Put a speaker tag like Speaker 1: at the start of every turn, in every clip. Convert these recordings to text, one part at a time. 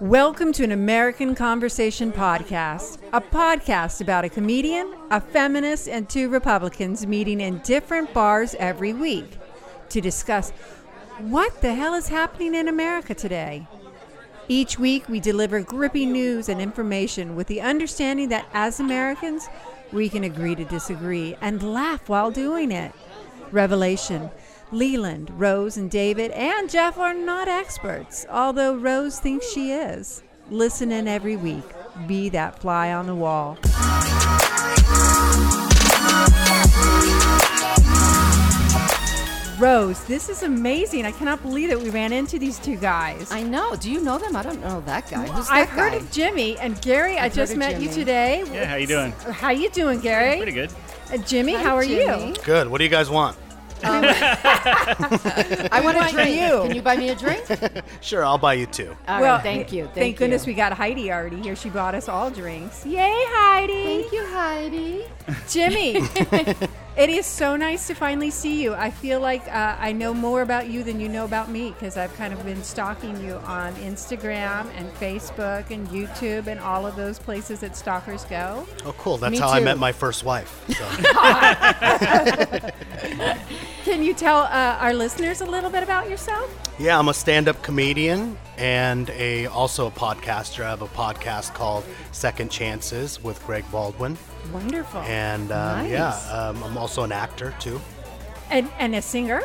Speaker 1: Welcome to an American Conversation podcast, a podcast about a comedian, a feminist, and two Republicans meeting in different bars every week to discuss what the hell is happening in America today. Each week, we deliver gripping news and information with the understanding that as Americans, we can agree to disagree and laugh while doing it. Revelation. Leland, Rose, and David, and Jeff are not experts, although Rose thinks she is. Listen in every week. Be that fly on the wall. Rose, this is amazing. I cannot believe that we ran into these two guys.
Speaker 2: I know. Do you know them? I don't know that guy. Who's that
Speaker 1: I've
Speaker 2: guy?
Speaker 1: heard of Jimmy and Gary. i
Speaker 2: I've
Speaker 1: just
Speaker 2: heard of
Speaker 1: met you
Speaker 2: Jimmy.
Speaker 1: today. Uh,
Speaker 3: Yeah, how you doing?
Speaker 1: How you doing, Gary?
Speaker 3: Pretty good.
Speaker 1: Uh, Jimmy,
Speaker 2: Hi,
Speaker 1: how are
Speaker 2: Jimmy.
Speaker 1: you?
Speaker 4: Good. What do you guys want?
Speaker 2: I want a
Speaker 1: What about
Speaker 2: drink.
Speaker 1: you?
Speaker 2: Can you buy me a drink? All
Speaker 4: Sure, I'll buy you two.
Speaker 2: right.
Speaker 1: well,
Speaker 2: thank you. Thank,
Speaker 1: goodness
Speaker 2: you.
Speaker 1: we got Heidi already here. She brought us all drinks. Yay, Heidi!
Speaker 2: Thank you, Heidi.
Speaker 1: Jimmy, it is so nice to finally see you. I feel like uh, I know more about you than you know about me because I've kind of been stalking you on Instagram and Facebook and YouTube and all of those places that stalkers go.
Speaker 4: Oh, cool. That's
Speaker 2: Me
Speaker 4: how I
Speaker 2: too.
Speaker 4: met my first wife. So.
Speaker 1: Can you tell uh, our listeners a little bit about yourself?
Speaker 4: yeah, I'm a stand-up comedian and a also a podcaster. I have a podcast called Second Chances with Greg Baldwin,
Speaker 1: Wonderful.
Speaker 4: and um,
Speaker 2: Nice.
Speaker 4: yeah, um, I'm also an actor too
Speaker 1: And, and a singer?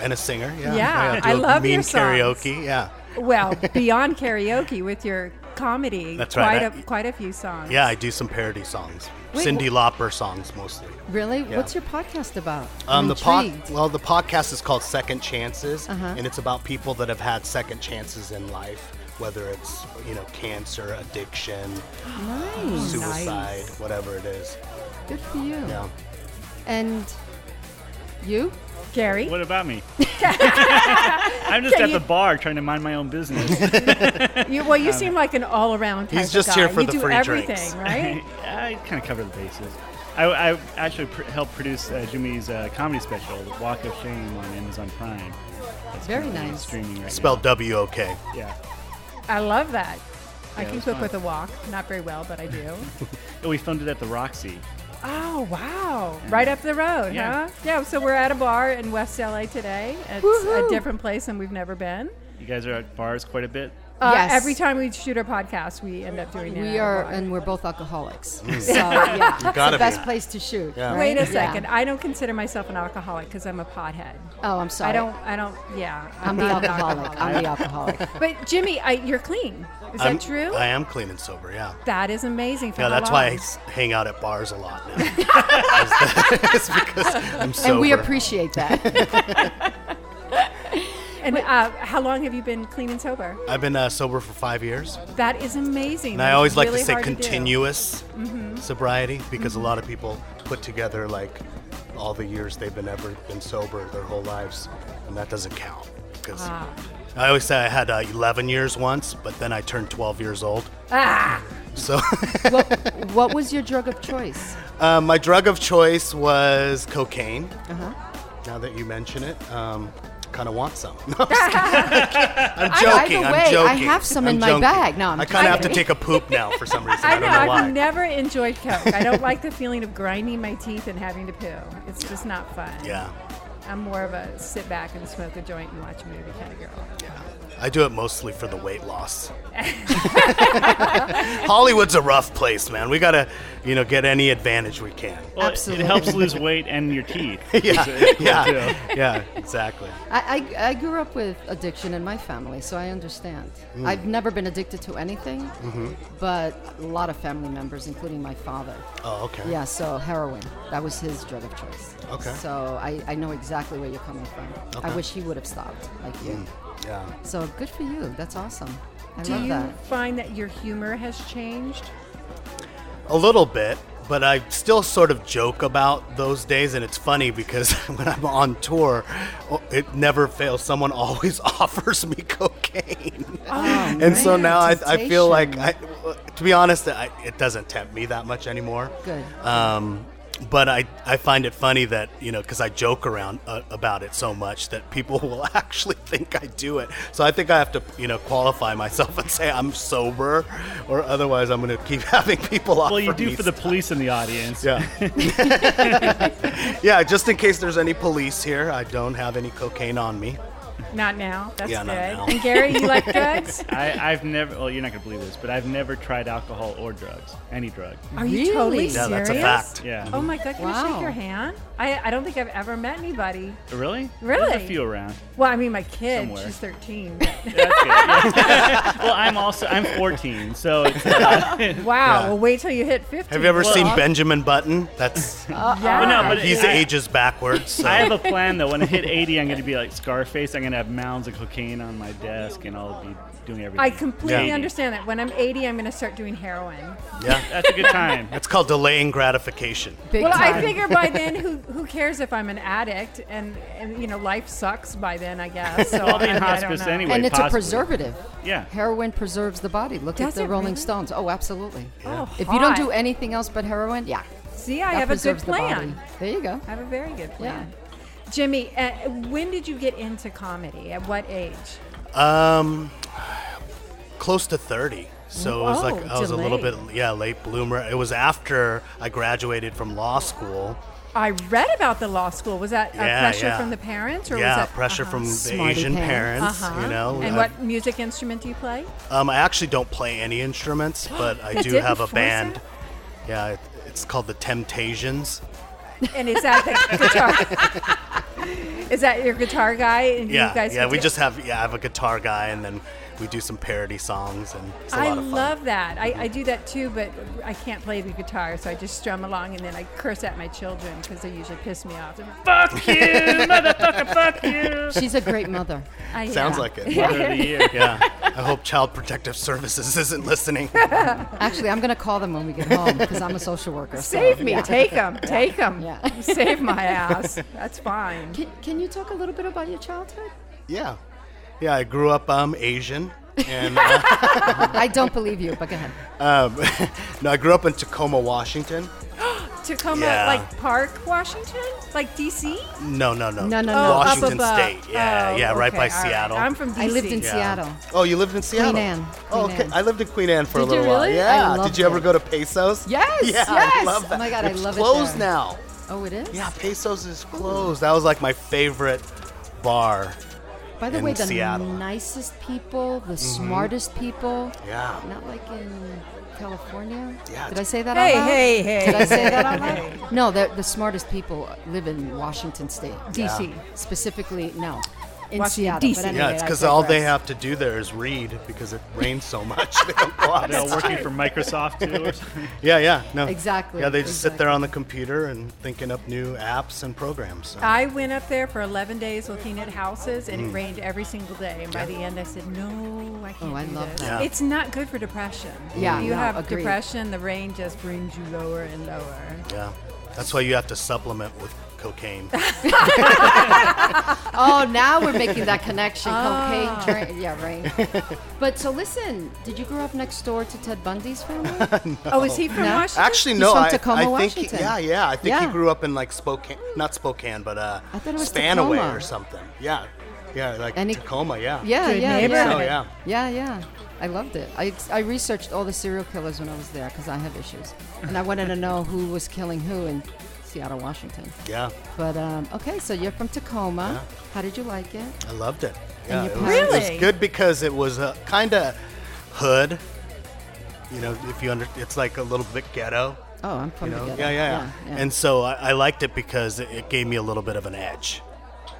Speaker 4: and a singer. Yeah,
Speaker 1: Yeah,
Speaker 4: do
Speaker 1: I
Speaker 4: a
Speaker 1: love
Speaker 4: mean
Speaker 1: your songs.
Speaker 4: karaoke. Yeah,
Speaker 1: Well, beyond karaoke with your comedy.
Speaker 4: That's
Speaker 1: quite
Speaker 4: right.
Speaker 1: A, quite a few songs.
Speaker 4: yeah, I do some parody songs,
Speaker 2: Wait,
Speaker 4: Cindy Lauper songs mostly.
Speaker 2: Really?
Speaker 4: Yeah.
Speaker 2: What's your podcast about?
Speaker 4: Um,
Speaker 2: I'm
Speaker 4: the pod,
Speaker 2: intrigued. Uh-huh.
Speaker 4: well, the podcast is called Second Chances, and it's about people that have had second chances in life, whether it's you know cancer, addiction,
Speaker 2: Nice.
Speaker 4: suicide, whatever it is.
Speaker 2: Good for you.
Speaker 4: Yeah.
Speaker 2: And you?
Speaker 1: Gary?
Speaker 3: What about me? I'm just
Speaker 1: Can
Speaker 3: at
Speaker 1: you-
Speaker 3: the bar trying to mind my own business.
Speaker 1: You, well, you seem like an all-around type
Speaker 4: He's
Speaker 1: of
Speaker 4: just here
Speaker 1: guy.
Speaker 4: for
Speaker 1: you
Speaker 4: the
Speaker 1: do
Speaker 4: free
Speaker 1: everything,
Speaker 4: drinks.
Speaker 1: right?
Speaker 3: I kind of cover the bases. I, I actually pr- helped produce uh, Jimmy's uh, comedy special, Walk of Shame, on Amazon Prime. That's
Speaker 2: Very
Speaker 3: currently
Speaker 2: nice.
Speaker 3: Streaming right
Speaker 4: Spelled W O K.
Speaker 3: now. Yeah.
Speaker 1: I love that. I
Speaker 3: Yeah, it
Speaker 1: can
Speaker 3: was
Speaker 1: cook
Speaker 3: fun.
Speaker 1: with a wok. Not very well, but I do.
Speaker 3: Oh, we filmed it at the Roxy.
Speaker 1: oh, wow. Right up the road,
Speaker 3: Yeah.
Speaker 1: huh? Yeah, so we're at a bar in West LA today. It's a
Speaker 2: Woohoo.
Speaker 1: different place than we've never been.
Speaker 3: You guys are at bars quite a bit.
Speaker 1: Uh,
Speaker 2: Yes.
Speaker 1: Every time we shoot our podcast, we end up doing it.
Speaker 2: We
Speaker 1: at a
Speaker 2: are,
Speaker 1: bar.
Speaker 2: and we're both alcoholics. So, yeah. it's
Speaker 4: Mm.
Speaker 2: the
Speaker 4: gotta be.
Speaker 2: best place to shoot.
Speaker 4: Yeah.
Speaker 1: Wait
Speaker 2: right?
Speaker 1: a
Speaker 2: Yeah.
Speaker 1: second. I don't consider myself an alcoholic because I'm a pothead.
Speaker 2: Oh, I'm sorry.
Speaker 1: I don't, I don't, yeah.
Speaker 2: I'm the
Speaker 1: not an
Speaker 2: alcoholic. I'm the alcoholic.
Speaker 1: But Jimmy, I, you're clean. Is
Speaker 4: I'm-
Speaker 1: that true?
Speaker 4: I am clean and sober. Yeah.
Speaker 1: that is amazing. For
Speaker 4: Yeah,
Speaker 1: how
Speaker 4: that's why I
Speaker 1: long?
Speaker 4: s- hang out at bars a lot now. it's because I'm sober.
Speaker 2: And we appreciate that.
Speaker 1: And uh, how long have you been clean and sober?
Speaker 4: I've been uh, sober for five years,
Speaker 1: That is amazing.
Speaker 4: and I always like to say
Speaker 1: continue.
Speaker 4: continuous
Speaker 2: Mm-hmm.
Speaker 4: sobriety because a lot of people put together like all the years they've been ever been sober their whole lives, and that doesn't count because.
Speaker 1: Ah.
Speaker 2: Ah.
Speaker 4: I always say I had uh, 11 years once, but then I turned 12 years old.
Speaker 1: Ah,
Speaker 4: So
Speaker 2: what, what was your drug of choice?
Speaker 4: uh, my drug of choice was cocaine.
Speaker 2: Uh huh.
Speaker 4: Now that you mention it, um, kind of want some. No, I'm, just kidding. I'm
Speaker 2: Either
Speaker 4: joking.
Speaker 2: way, I
Speaker 4: I'm joking.
Speaker 2: have some
Speaker 4: I'm
Speaker 2: in my
Speaker 4: joking.
Speaker 2: bag. No, I'm
Speaker 4: I kind of have to
Speaker 2: kidding.
Speaker 4: take a poop now for some reason.
Speaker 1: I
Speaker 4: I, don't
Speaker 1: know.
Speaker 4: know why.
Speaker 1: I've never enjoyed Coke. I don't like the feeling of grinding my teeth and having to poo. It's just not fun.
Speaker 4: yeah,
Speaker 1: I'm more of a sit back and smoke a joint and watch a movie kind of girl.
Speaker 4: yeah. I do it mostly for the weight loss. Hollywood's a rough place, man. We gotta, you know, get any advantage we can.
Speaker 3: Well, it-
Speaker 2: Absolutely.
Speaker 3: It helps lose weight and your teeth.
Speaker 4: Yeah, yeah,
Speaker 3: Yeah.
Speaker 4: yeah, exactly.
Speaker 2: I, I, I grew up with addiction in my family, so I understand.
Speaker 4: Mm.
Speaker 2: I've never been addicted to anything,
Speaker 4: Mm-hmm.
Speaker 2: but a lot of family members, including my father.
Speaker 4: Oh, okay.
Speaker 2: Yeah, so heroin. That was his drug of choice.
Speaker 4: Okay.
Speaker 2: So I, I know exactly where you're coming from. I
Speaker 4: Okay. Mm.
Speaker 2: wish he would have stopped, like you.
Speaker 4: yeah.
Speaker 2: So good for you. That's awesome. I
Speaker 1: Do
Speaker 2: love
Speaker 1: you
Speaker 2: that.
Speaker 1: find that your humor has changed?
Speaker 4: A little bit, but I still sort of joke about those days, and it's funny because when I'm on tour, oh, it never fails. Someone always offers me cocaine, and
Speaker 2: Oh,
Speaker 4: so now I, I feel like, I, to be honest, I, it doesn't tempt me that much anymore.
Speaker 2: Good.
Speaker 4: Um, but I, I find it funny that you know because I joke around uh, about it so much that people will actually think I do it. So I think I have to you know qualify myself and say I'm sober, or otherwise I'm going to keep having people offer
Speaker 3: Well, you do
Speaker 4: me
Speaker 3: for the
Speaker 4: stuff.
Speaker 3: police in the audience.
Speaker 4: Yeah. yeah, just in case there's any police here, I don't have any cocaine on me.
Speaker 1: Not now. That's
Speaker 4: Yeah,
Speaker 1: good.
Speaker 4: not now.
Speaker 1: And Gary, you like drugs?
Speaker 3: I, I've never. Well, you're not gonna believe this, but I've never tried alcohol or drugs, any drug.
Speaker 1: Are you totally
Speaker 2: Really?
Speaker 4: Yeah,
Speaker 1: serious?
Speaker 4: that's a fact.
Speaker 3: Yeah.
Speaker 1: Oh my God, can I shake
Speaker 2: Wow.
Speaker 1: your hand? I, I don't think I've ever met anybody.
Speaker 3: Really? There's
Speaker 1: Really?
Speaker 3: a few around.
Speaker 1: Well, I mean, my kid,
Speaker 3: Somewhere.
Speaker 1: she's 13. but-
Speaker 3: Yeah, that's good. Yeah. well, I'm also I'm 14, so it's, uh,
Speaker 1: wow,
Speaker 4: Yeah.
Speaker 1: well, wait till you hit 50.
Speaker 4: Have you ever
Speaker 3: Well,
Speaker 4: seen
Speaker 3: I'm-
Speaker 4: Benjamin Button? That's
Speaker 1: Yeah.
Speaker 3: but no, but
Speaker 4: he's
Speaker 3: I,
Speaker 4: ages backwards. So.
Speaker 3: I have a plan though. When I hit 80, I'm gonna be like Scarface. I'm gonna have mounds of cocaine on my desk, and I'll be doing everything.
Speaker 1: I completely
Speaker 4: Yeah.
Speaker 1: understand that. When I'm 80, I'm going to start doing heroin.
Speaker 4: yeah.
Speaker 3: That's a good time.
Speaker 4: It's called delaying gratification.
Speaker 2: Big
Speaker 1: Well, I
Speaker 2: time.
Speaker 1: figure by then, who who cares if I'm an addict? And, and you know, life sucks by then, I guess. So
Speaker 3: I'll be
Speaker 1: I,
Speaker 3: in
Speaker 1: I don't
Speaker 3: hospice
Speaker 1: know.
Speaker 3: anyway.
Speaker 2: and it's
Speaker 3: possibly.
Speaker 2: a preservative.
Speaker 3: Yeah.
Speaker 2: Heroin preserves the body. Look
Speaker 1: Does
Speaker 2: at
Speaker 1: it
Speaker 2: the Rolling
Speaker 1: really?
Speaker 2: Stones. Oh, absolutely.
Speaker 1: Oh,
Speaker 2: If you
Speaker 1: hot.
Speaker 2: don't do anything else but heroin, yeah.
Speaker 1: See, I
Speaker 2: that
Speaker 1: have a good
Speaker 2: preserves the
Speaker 1: plan.
Speaker 2: body. There you go.
Speaker 1: I have a very good
Speaker 2: Yeah.
Speaker 1: plan. Jimmy, uh, when did you get into comedy? At what age?
Speaker 4: Um, close to 30. So it was like
Speaker 1: Whoa,
Speaker 4: I was a little bit
Speaker 1: delayed.
Speaker 4: yeah late bloomer. It was after I graduated from law school.
Speaker 1: I read about the law school. Was that uh,
Speaker 4: Yeah,
Speaker 1: pressure
Speaker 4: yeah.
Speaker 1: from the parents, or
Speaker 4: yeah,
Speaker 1: was that
Speaker 4: pressure
Speaker 1: uh-huh.
Speaker 4: from the
Speaker 2: Smarty
Speaker 4: Asian
Speaker 2: pants.
Speaker 4: parents.
Speaker 1: Uh-huh.
Speaker 4: You know, uh,
Speaker 1: and
Speaker 4: I-
Speaker 1: what music instrument do you play?
Speaker 4: Um, I actually don't play any instruments, but I
Speaker 1: You
Speaker 4: do
Speaker 1: didn't
Speaker 4: have a
Speaker 1: force
Speaker 4: band.
Speaker 1: it?
Speaker 4: Yeah, it, it's called the Temptations.
Speaker 1: And is that the guitar? is that your guitar guy? And
Speaker 4: Yeah,
Speaker 1: you guys
Speaker 4: yeah,
Speaker 1: get
Speaker 4: we
Speaker 1: together?
Speaker 4: just have yeah, I have a guitar guy, and then we do some parody songs, and it's a
Speaker 1: I
Speaker 4: lot of fun.
Speaker 1: love that. I, I do that too, but I can't play the guitar, so I just strum along and then I curse at my children because they usually piss me off.
Speaker 3: Fuck you, motherfucker! Fuck you.
Speaker 2: She's a great mother.
Speaker 1: I,
Speaker 4: Sounds
Speaker 1: yeah.
Speaker 4: like it.
Speaker 3: Mother of the year.
Speaker 4: yeah, I hope Child Protective Services isn't listening.
Speaker 2: Actually, I'm going to call them when we get home because I'm a social worker. so,
Speaker 1: Save me.
Speaker 2: yeah.
Speaker 1: Take 'em, Take 'em.
Speaker 2: Yeah.
Speaker 1: Save my ass. That's fine.
Speaker 2: Can, can you talk a little bit about your childhood?
Speaker 4: yeah, yeah, I grew up um Asian, and uh,
Speaker 2: I don't believe you, but go ahead.
Speaker 4: um, no, I grew up in Tacoma, Washington.
Speaker 1: Tacoma,
Speaker 4: Yeah.
Speaker 1: like Park, Washington? Like D.C.?
Speaker 4: No, no, no,
Speaker 2: No, uh, no,
Speaker 1: Oh,
Speaker 2: no.
Speaker 1: up
Speaker 4: Washington
Speaker 1: above.
Speaker 4: State. Yeah,
Speaker 1: Oh,
Speaker 4: yeah, right
Speaker 1: okay,
Speaker 4: by
Speaker 1: all right.
Speaker 4: Seattle.
Speaker 1: I'm from D.C.
Speaker 2: I lived in
Speaker 4: Yeah.
Speaker 2: Seattle.
Speaker 4: Oh, you lived in Seattle.
Speaker 2: Anne. Queen
Speaker 4: Oh, okay.
Speaker 2: Anne.
Speaker 4: I lived in Queen Anne for
Speaker 2: Did
Speaker 4: a
Speaker 2: you
Speaker 4: little while.
Speaker 2: really? I
Speaker 4: Yeah. Did
Speaker 2: loved
Speaker 4: you ever
Speaker 2: it.
Speaker 4: go to Pesos?
Speaker 2: Yes,
Speaker 4: Yeah, I
Speaker 2: yes.
Speaker 4: love
Speaker 2: Oh
Speaker 4: that.
Speaker 2: my God, I
Speaker 4: it's
Speaker 2: love it
Speaker 4: closed
Speaker 2: there.
Speaker 4: now.
Speaker 2: Oh, it is?
Speaker 4: Yeah, Pesos is closed. That was like my favorite bar.
Speaker 2: By the
Speaker 4: in
Speaker 2: way, the
Speaker 4: Seattle. Mm-hmm.
Speaker 2: nicest people, the smartest people.
Speaker 4: Yeah.
Speaker 2: Not like in California.
Speaker 4: Yeah,
Speaker 2: Did I say that
Speaker 1: Hey,
Speaker 2: out loud?
Speaker 1: hey, hey.
Speaker 2: Did I say that out loud? No, the, the smartest people live in Washington State.
Speaker 1: D.C.
Speaker 2: Specifically, no. In
Speaker 1: Washington,
Speaker 2: Seattle.
Speaker 1: D.C.
Speaker 2: But
Speaker 1: Yeah,
Speaker 2: anyway,
Speaker 4: Yeah, it's
Speaker 2: I
Speaker 4: because all they
Speaker 2: digress.
Speaker 4: have to do there is read because it rains so much. they don't go
Speaker 3: You know,
Speaker 4: out.
Speaker 3: working for Microsoft too, or something.
Speaker 4: yeah, yeah, no.
Speaker 2: Exactly,
Speaker 4: Yeah, they just sit there on the computer and thinking up new apps and programs. so.
Speaker 1: I went up there for 11 days looking at houses,
Speaker 4: Mm.
Speaker 1: and it rained every single day. And by the end, I said, "No, I can't."
Speaker 2: Oh, I
Speaker 1: do
Speaker 2: love
Speaker 1: this."
Speaker 2: that.
Speaker 4: Yeah.
Speaker 1: It's not good for depression.
Speaker 2: Yeah,
Speaker 1: if you
Speaker 2: no,
Speaker 1: have
Speaker 2: agreed.
Speaker 1: depression, the rain just brings you lower and lower.
Speaker 4: yeah, that's why you have to supplement with cocaine.
Speaker 2: Oh, now we're making that connection. Cocaine, drink. Yeah, right. But so listen, did you grow up next door to Ted Bundy's family?
Speaker 1: Oh, is he from
Speaker 2: No.
Speaker 1: Washington?
Speaker 4: Actually,
Speaker 2: He's
Speaker 4: no.
Speaker 2: from
Speaker 4: I,
Speaker 2: Tacoma,
Speaker 4: I think
Speaker 2: Washington.
Speaker 4: He, yeah, yeah. I think he
Speaker 2: Yeah.
Speaker 4: grew up in like Spokane, not Spokane, but uh,
Speaker 2: I thought it was
Speaker 4: Spanaway
Speaker 2: Tacoma.
Speaker 4: or something. Yeah, yeah, like
Speaker 2: And he-
Speaker 4: Tacoma. Yeah.
Speaker 2: Yeah,
Speaker 1: Good
Speaker 2: yeah, yeah.
Speaker 4: So Oh, yeah,
Speaker 2: Yeah, yeah. I loved it. I, I researched all the serial killers when I was there because I have issues. And I wanted to know who was killing who in Seattle, Washington.
Speaker 4: yeah.
Speaker 2: But um, okay, so you're from Tacoma. How did you like it?
Speaker 4: I loved it. Yeah,
Speaker 2: your
Speaker 4: it was,
Speaker 1: parents-
Speaker 4: it
Speaker 1: Really?
Speaker 4: was good because it was uh, kind of hood. You know, if you under, it's like a little bit ghetto.
Speaker 2: Oh, I'm from
Speaker 4: You know?
Speaker 2: the ghetto.
Speaker 4: yeah, yeah, yeah,
Speaker 2: yeah.
Speaker 4: And so I, I liked it because it, it gave me a little bit of an edge.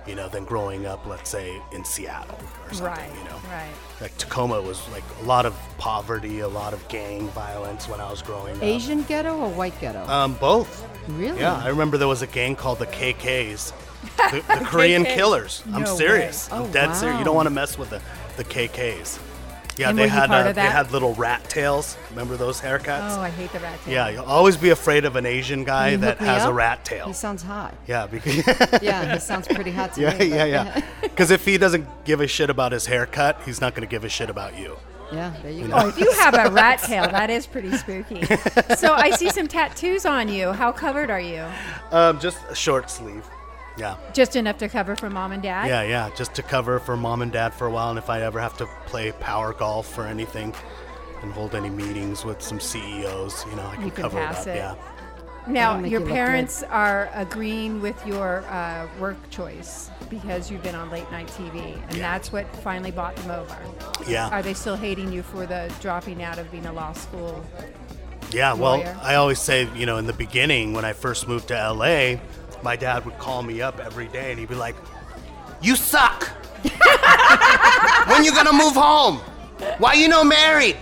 Speaker 4: You know, than growing up, let's say in Seattle or something.
Speaker 1: Right,
Speaker 4: You know.
Speaker 1: right.
Speaker 4: Like Tacoma was like a lot of poverty, a lot of gang violence when I was growing up.
Speaker 2: Asian ghetto or white ghetto?
Speaker 4: Um, both.
Speaker 2: really?
Speaker 4: Yeah, I remember there was a gang called the KKs, the, the Korean
Speaker 1: KKs.
Speaker 4: Killers. I'm
Speaker 1: No
Speaker 4: serious.
Speaker 2: way.
Speaker 4: I'm
Speaker 2: Oh,
Speaker 4: dead serious. You
Speaker 2: wow.
Speaker 4: don't want to mess with the, the KKs. Yeah,
Speaker 1: And
Speaker 4: they
Speaker 1: were you
Speaker 4: had
Speaker 1: part
Speaker 4: uh,
Speaker 1: of
Speaker 4: they
Speaker 1: that?
Speaker 4: had little rat tails. Remember those haircuts?
Speaker 1: Oh, I hate the rat tail.
Speaker 4: yeah, you'll always be afraid of an Asian
Speaker 2: Can
Speaker 4: guy
Speaker 2: Mm-hmm. you
Speaker 4: that
Speaker 2: hook me
Speaker 4: has a
Speaker 2: up?
Speaker 4: rat tail.
Speaker 2: He sounds hot.
Speaker 4: yeah, because
Speaker 2: Yeah, he sounds pretty hot to
Speaker 4: yeah,
Speaker 2: me. but-
Speaker 4: yeah, yeah. Because if he doesn't give a shit about his haircut, he's not going to give a shit about you.
Speaker 2: Yeah, there you,
Speaker 4: You
Speaker 2: go.
Speaker 4: know?
Speaker 1: Oh, if you have a rat tail, that is pretty spooky. So I see some tattoos on you. How covered are you?
Speaker 4: Um, just a short sleeve. Yeah,
Speaker 1: Just enough to cover for mom and dad?
Speaker 4: yeah, yeah. Just to cover for mom and dad for a while, and if I ever have to play power golf or anything, and hold any meetings with some CEOs, you know, I
Speaker 1: can
Speaker 4: can, cover
Speaker 1: pass
Speaker 4: it up.
Speaker 1: it. Now,
Speaker 4: Yeah.
Speaker 2: That'll make
Speaker 1: your
Speaker 2: you look good.
Speaker 1: parents are agreeing with your uh, work choice because you've been on late night TV, and
Speaker 4: Yeah.
Speaker 1: that's what finally bought them over.
Speaker 4: Yeah.
Speaker 1: Are they still hating you for the dropping out of being a law school?
Speaker 4: Yeah, well,
Speaker 1: lawyer.
Speaker 4: I always say, you know, in the beginning when I first moved to LA, my dad would call me up every day and he'd be like, "You suck. when you gonna move home? Why you no married?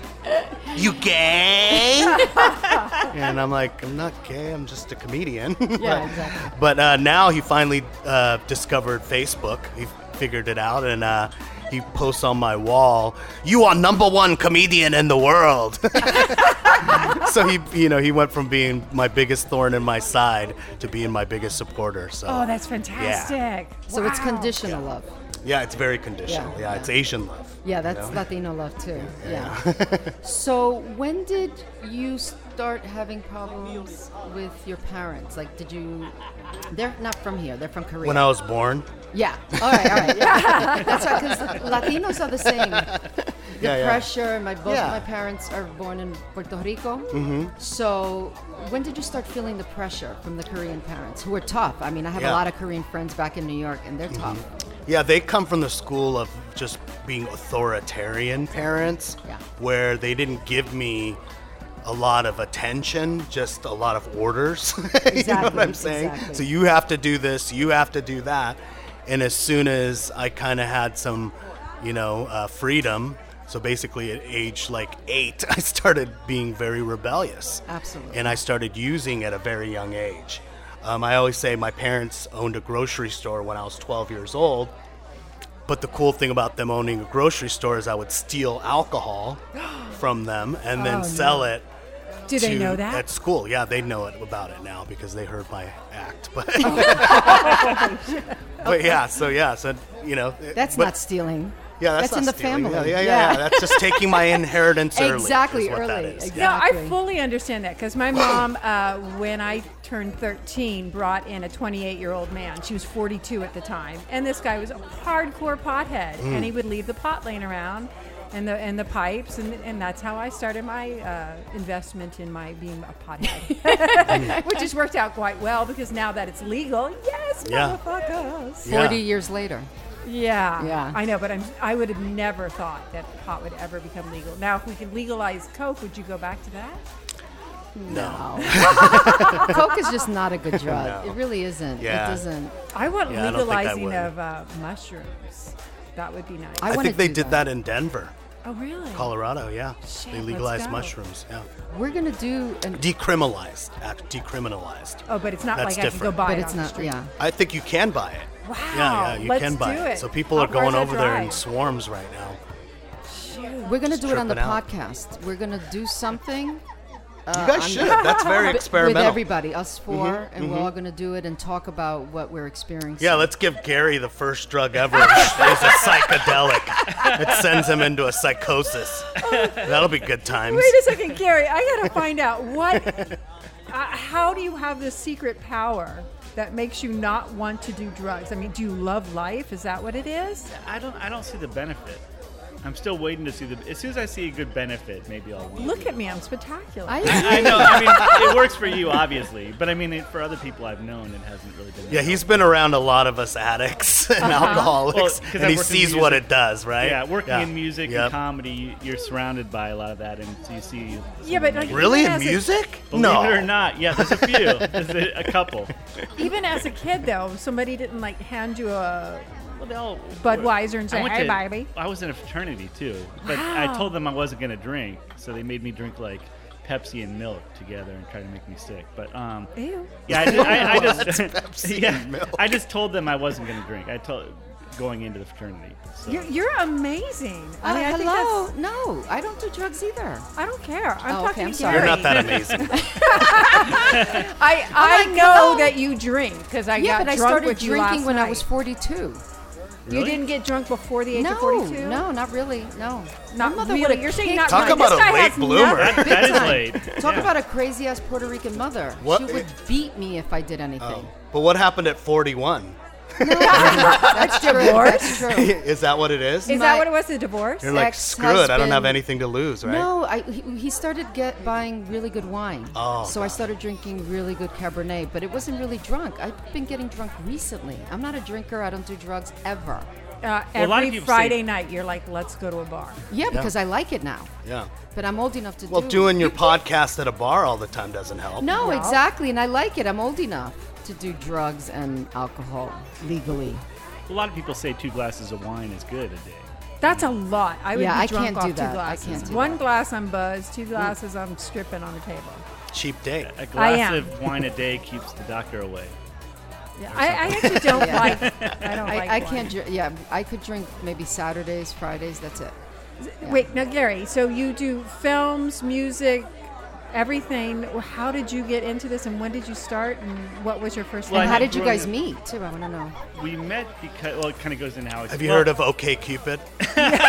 Speaker 4: You gay?" and I'm like, "I'm not gay. I'm just a comedian."
Speaker 2: Oh, Yeah, exactly.
Speaker 4: But uh, now he finally uh, discovered Facebook. He figured it out, and uh, he posts on my wall, "You are number one comedian in the world." so he, you know, he went from being my biggest thorn in my side to being my biggest supporter. So
Speaker 1: Oh, that's fantastic.
Speaker 2: So it's
Speaker 1: Wow.
Speaker 2: conditional love.
Speaker 4: yeah, it's very conditional.
Speaker 2: Yeah.
Speaker 4: Yeah, it's Asian love.
Speaker 2: Yeah, that's
Speaker 4: know?
Speaker 2: Latino love too. Yeah. so when did you start having problems with your parents? Like, did you? They're not from here. They're from Korea.
Speaker 4: When I was born,
Speaker 2: yeah. All right. All right. Yeah. that's right. Because Latinos are the same. The
Speaker 4: Yeah, yeah.
Speaker 2: pressure. My both
Speaker 4: Yeah.
Speaker 2: my parents are born in Puerto Rico. Mm-hmm. So when did you start feeling the pressure from the Korean parents, who are tough? I mean, I have a
Speaker 4: Yeah. Mm-hmm.
Speaker 2: lot of Korean friends back in New York, and they're tough.
Speaker 4: Yeah, they come from the school of just being authoritarian parents,
Speaker 2: Yeah.
Speaker 4: where they didn't give me a lot of attention, just a lot of orders. you know what
Speaker 2: Exactly,
Speaker 4: I'm saying?
Speaker 2: exactly.
Speaker 4: So you have to do this, you have to do that. And as soon as I kind of had some, you know, uh, freedom, so basically at age like eight, I started being very rebellious.
Speaker 2: Absolutely.
Speaker 4: And I started using at a very young age. Um, I always say my parents owned a grocery store when I was 12 years old. But the cool thing about them owning a grocery store is I would steal alcohol from them and
Speaker 2: Oh,
Speaker 4: then sell it.
Speaker 1: Do they
Speaker 4: to-
Speaker 1: know that?
Speaker 4: At school, yeah, they know it about it now because they heard my act. But, but yeah, so yeah, so you know, it-
Speaker 2: That's
Speaker 4: but-
Speaker 2: not stealing.
Speaker 4: Yeah, that's,
Speaker 2: in
Speaker 4: not
Speaker 2: the
Speaker 4: stealing.
Speaker 2: family.
Speaker 4: Yeah, yeah, yeah, yeah, that's just taking my inheritance early. is
Speaker 2: Exactly,
Speaker 4: what that
Speaker 2: early.
Speaker 4: is.
Speaker 2: Exactly.
Speaker 4: Yeah.
Speaker 1: No, I
Speaker 2: Exactly.
Speaker 1: fully understand that because my mom, uh, when I turned 13, brought in a 28 year old man. She was 42 at the time, and this guy was a hardcore pothead, and he would leave the pot laying around, and the and the pipes, and, and that's how I started my uh, investment in my being a pothead, which has worked out quite well because now that it's legal, yes,
Speaker 4: Yeah.
Speaker 1: motherfuckers,
Speaker 4: Yeah.
Speaker 2: Forty years later.
Speaker 1: yeah,
Speaker 2: Yeah.
Speaker 1: I know, but I'm I would have never thought that pot would ever become legal. Now, if we could legalize coke, would you go back to that?
Speaker 2: No. Coke is just not a good drug.
Speaker 4: No.
Speaker 2: It really isn't.
Speaker 4: Yeah.
Speaker 2: It doesn't.
Speaker 1: I want
Speaker 4: Yeah, I don't think I
Speaker 1: legalizing
Speaker 4: would.
Speaker 1: of uh, mushrooms. That would be nice.
Speaker 2: I
Speaker 4: I
Speaker 2: wanna
Speaker 4: think they
Speaker 2: do
Speaker 4: did
Speaker 2: that.
Speaker 4: that in Denver,
Speaker 1: oh, really?
Speaker 4: Colorado. Yeah,
Speaker 1: Shit,
Speaker 4: they
Speaker 1: let's
Speaker 4: legalized
Speaker 1: go.
Speaker 4: mushrooms. Yeah,
Speaker 2: We're gonna do an.
Speaker 4: decriminalized, act decriminalized.
Speaker 1: Oh, but it's not
Speaker 4: That's
Speaker 1: like I can
Speaker 4: different.
Speaker 1: go buy
Speaker 2: But
Speaker 1: it
Speaker 2: it's
Speaker 1: on the
Speaker 2: not.
Speaker 1: street.
Speaker 2: Yeah.
Speaker 4: I think you can buy it.
Speaker 1: Wow,
Speaker 4: Yeah, yeah, you
Speaker 1: let's
Speaker 4: can buy
Speaker 1: do
Speaker 4: it.
Speaker 1: it.
Speaker 4: So people
Speaker 1: How
Speaker 4: are
Speaker 1: far
Speaker 4: going
Speaker 1: is our
Speaker 4: over there in
Speaker 1: drive?
Speaker 4: swarms right now.
Speaker 2: We're gonna do it on the
Speaker 4: Tripping out.
Speaker 2: podcast. We're gonna do something uh,
Speaker 4: you guys should. That's very
Speaker 2: with
Speaker 4: experimental. Mm-hmm,
Speaker 2: everybody, us 4 and we're all gonna do it and talk about what we're experiencing.
Speaker 4: yeah, let's give Gary the first drug ever, which is a psychedelic. It sends him into a psychosis. That'll be good times.
Speaker 1: Wait a second, Gary. I gotta find out what. Uh, how do you have this secret power that makes you not want to do drugs? I mean, do you love life? Is that what it is?
Speaker 3: I don't. I don't see the benefit. I'm still waiting to see the. As soon as I see a good benefit, maybe I'll.
Speaker 1: Look at me, I'm spectacular.
Speaker 2: I
Speaker 3: I know. I mean, it works for you, obviously, but I mean, it, for other people I've known, it hasn't really been. that
Speaker 4: Yeah, he's been around a lot of us addicts and
Speaker 2: Uh-huh.
Speaker 3: 'cause
Speaker 4: alcoholics,
Speaker 3: I
Speaker 4: and he
Speaker 3: work in
Speaker 4: sees what
Speaker 3: music.
Speaker 4: it does, right?
Speaker 3: Yeah, working in music
Speaker 4: Yep.
Speaker 3: and comedy, you- you're surrounded by a lot of that, and you see.
Speaker 1: yeah, but like,
Speaker 4: Really?
Speaker 1: even
Speaker 4: in
Speaker 1: as a-
Speaker 4: music?
Speaker 3: Believe
Speaker 4: no.
Speaker 3: it or not, yeah, there's a few, there's a, a couple.
Speaker 1: even as a kid, though, if somebody didn't like hand you a.
Speaker 3: Well, they all-
Speaker 1: Budweiser and say,
Speaker 3: I went
Speaker 1: "Hey,
Speaker 3: to-
Speaker 1: baby."
Speaker 3: I was in a fraternity too, but
Speaker 1: Wow.
Speaker 3: I told them I wasn't going to drink, so they made me drink like Pepsi and milk together and try to make me sick. But um,
Speaker 1: Ew.
Speaker 3: yeah, I, just- I, I just
Speaker 4: Pepsi
Speaker 3: yeah,
Speaker 4: and milk?
Speaker 3: I just told them I wasn't going to drink. I told going into the fraternity. So.
Speaker 1: You're, you're amazing. I
Speaker 2: Uh,
Speaker 1: mean, I think
Speaker 2: hello.
Speaker 1: that's.
Speaker 2: No, I don't do drugs either.
Speaker 1: I don't care. I'm
Speaker 2: Oh, okay,
Speaker 1: talking
Speaker 2: I'm
Speaker 1: to
Speaker 2: sorry.
Speaker 1: Gary.
Speaker 4: You're not that amazing.
Speaker 1: I, I
Speaker 2: like,
Speaker 1: know
Speaker 2: hello.
Speaker 1: that you drink because I
Speaker 2: Oh yeah,
Speaker 1: got
Speaker 2: but I
Speaker 1: drunk
Speaker 2: started
Speaker 1: with you
Speaker 2: drinking
Speaker 1: last
Speaker 2: when I
Speaker 1: night.
Speaker 2: was 42.
Speaker 1: You
Speaker 3: Really?
Speaker 1: didn't get drunk before the age
Speaker 2: no,
Speaker 1: of 42?
Speaker 2: no, not really. No,
Speaker 1: Not
Speaker 2: My mother
Speaker 1: really.
Speaker 2: would've
Speaker 1: You're saying
Speaker 2: kicked
Speaker 1: not
Speaker 2: me.
Speaker 4: Talk
Speaker 1: really.
Speaker 4: about
Speaker 1: This guy
Speaker 4: a late
Speaker 1: has
Speaker 4: bloomer.
Speaker 1: nothing.
Speaker 3: That, that is late.
Speaker 2: Talk
Speaker 3: Yeah.
Speaker 2: about a crazy ass Puerto Rican mother.
Speaker 4: What- Oh.
Speaker 2: She would beat me if I did anything.
Speaker 4: But what happened at 41?
Speaker 2: That's true. That's true.
Speaker 4: is that what it is?
Speaker 1: Is
Speaker 2: My-
Speaker 1: that what it was, a divorce?
Speaker 4: You're like, screw it. I don't have
Speaker 2: Oh. ex-husband-
Speaker 4: anything to lose, right?
Speaker 2: No, I, he, he started get buying really good wine.
Speaker 4: Oh,
Speaker 2: so I started drinking really good Cabernet, but it wasn't really drunk. I've been getting drunk recently. I'm not a drinker. I don't do drugs ever.
Speaker 1: Uh,
Speaker 3: Well, a lot of
Speaker 1: every
Speaker 3: people say-
Speaker 1: Friday night, you're like, let's go to a bar.
Speaker 2: Yeah, because I like it now.
Speaker 4: Yeah.
Speaker 2: But I'm old enough to
Speaker 4: Well,
Speaker 2: do.
Speaker 4: doing your podcast at a bar all the time doesn't help.
Speaker 2: No,
Speaker 1: Well.
Speaker 2: exactly, and I like it. I'm old enough to do drugs and alcohol legally.
Speaker 3: A lot of people say two glasses of wine is good a day.
Speaker 1: That's a lot. I would
Speaker 2: Yeah,
Speaker 1: be
Speaker 2: I
Speaker 1: drunk
Speaker 2: can't
Speaker 1: off
Speaker 2: do
Speaker 1: two
Speaker 2: that. I
Speaker 1: glasses.
Speaker 2: can't do
Speaker 1: One
Speaker 2: that.
Speaker 1: glass, I'm buzzed. Two glasses, I'm stripping on the table.
Speaker 4: Cheap date.
Speaker 3: A glass
Speaker 1: am.
Speaker 3: of wine a day keeps the doctor away.
Speaker 1: Yeah, I, I actually don't
Speaker 2: Yeah.
Speaker 1: like. I don't like.
Speaker 2: I, I
Speaker 1: wine.
Speaker 2: can't. Dr- yeah, I could drink maybe Saturdays, Fridays. That's it.
Speaker 1: Wait, now Gary. So you do films, music, everything. Well, How did you get into this, and when did you start, and what was your first?
Speaker 3: Well, I
Speaker 2: And
Speaker 1: name?
Speaker 2: how
Speaker 3: think
Speaker 2: did you
Speaker 3: growing
Speaker 2: guys
Speaker 3: up-
Speaker 2: meet? Too, I want to know.
Speaker 3: We met because well, it kind of goes into how. It's,
Speaker 4: Have you
Speaker 3: well,
Speaker 4: heard of OK Cupid? not